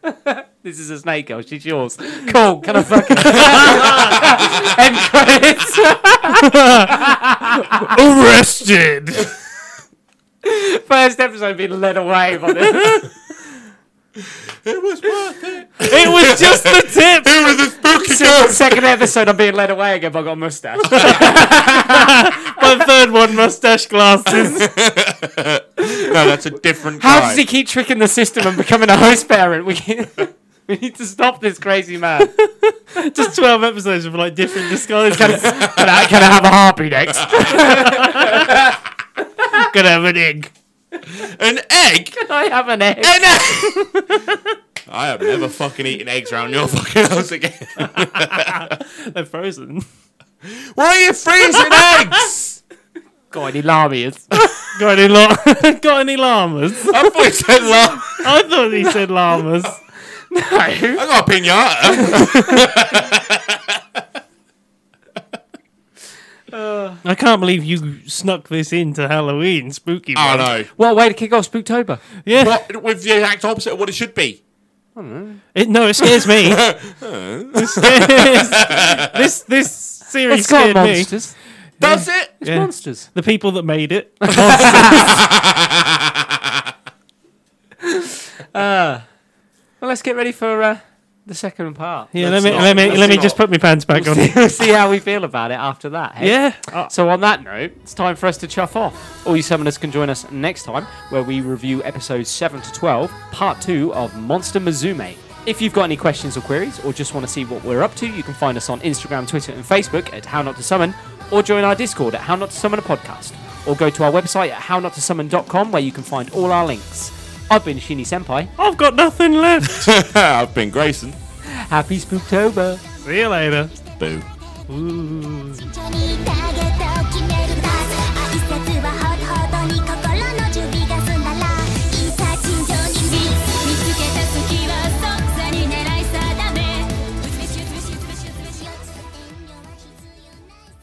[SPEAKER 1] This is a snake girl. She's yours. Cool. Can I fucking end credits?
[SPEAKER 2] Arrested.
[SPEAKER 1] First episode being led away by this.
[SPEAKER 3] it was worth it.
[SPEAKER 2] it was just the tip.
[SPEAKER 3] It was a spooky
[SPEAKER 1] Second,
[SPEAKER 3] ghost.
[SPEAKER 1] second episode, I'm being led away again. But I got a mustache.
[SPEAKER 2] My third one, mustache glasses.
[SPEAKER 3] No, that's a different
[SPEAKER 1] How
[SPEAKER 3] guy.
[SPEAKER 1] does he keep tricking the system and becoming a host parent? We can- we need to stop this crazy man.
[SPEAKER 2] just twelve episodes of like different disguises. Gonna
[SPEAKER 1] Can I, can I have a harpy next?
[SPEAKER 2] have an egg.
[SPEAKER 3] An egg.
[SPEAKER 1] Can I have an egg?
[SPEAKER 3] An egg. I have never fucking eaten eggs around your fucking house again.
[SPEAKER 2] They're frozen.
[SPEAKER 3] Why are you freezing eggs?
[SPEAKER 1] Got any llamas?
[SPEAKER 2] Got any la- Got any llamas?
[SPEAKER 3] I thought you said love.
[SPEAKER 2] I thought he said llamas.
[SPEAKER 1] No.
[SPEAKER 3] I got a pinata.
[SPEAKER 2] I can't believe you snuck this into Halloween, spooky.
[SPEAKER 3] I
[SPEAKER 2] month.
[SPEAKER 3] know.
[SPEAKER 1] What a way to kick off Spooktober.
[SPEAKER 2] Yeah.
[SPEAKER 3] What, with the exact opposite of what it should be.
[SPEAKER 2] It, no, it scares me. It scares- this this series
[SPEAKER 1] It's got
[SPEAKER 2] scared me.
[SPEAKER 1] monsters.
[SPEAKER 3] Does it?
[SPEAKER 1] It's
[SPEAKER 2] Yeah.
[SPEAKER 1] monsters.
[SPEAKER 2] The people that made it.
[SPEAKER 1] Well, let's get ready for uh, the second part.
[SPEAKER 2] Yeah,
[SPEAKER 3] Let's
[SPEAKER 2] let me
[SPEAKER 3] not-
[SPEAKER 2] let me
[SPEAKER 3] let's
[SPEAKER 2] let me
[SPEAKER 3] not.
[SPEAKER 2] just put my pants back on.
[SPEAKER 1] We'll see how we feel about it after that. hey?
[SPEAKER 2] yeah.
[SPEAKER 1] So, on that note, it's time for us to chuff off. All you summoners can join us next time where we review episodes 7 to 12, part 2 of Monster Mizume. If you've got any questions or queries or just want to see what we're up to, you can find us on Instagram, Twitter, and Facebook at How Not to Summon or join our Discord at How Not to Summon a Podcast or go to our website at hownotosummon.com where you can find all our links. I've been Shinny Senpai.
[SPEAKER 2] I've got nothing left.
[SPEAKER 3] I've been Grayson.
[SPEAKER 1] Happy Spooktober!
[SPEAKER 2] See you later.
[SPEAKER 3] Boo.
[SPEAKER 2] Ooh.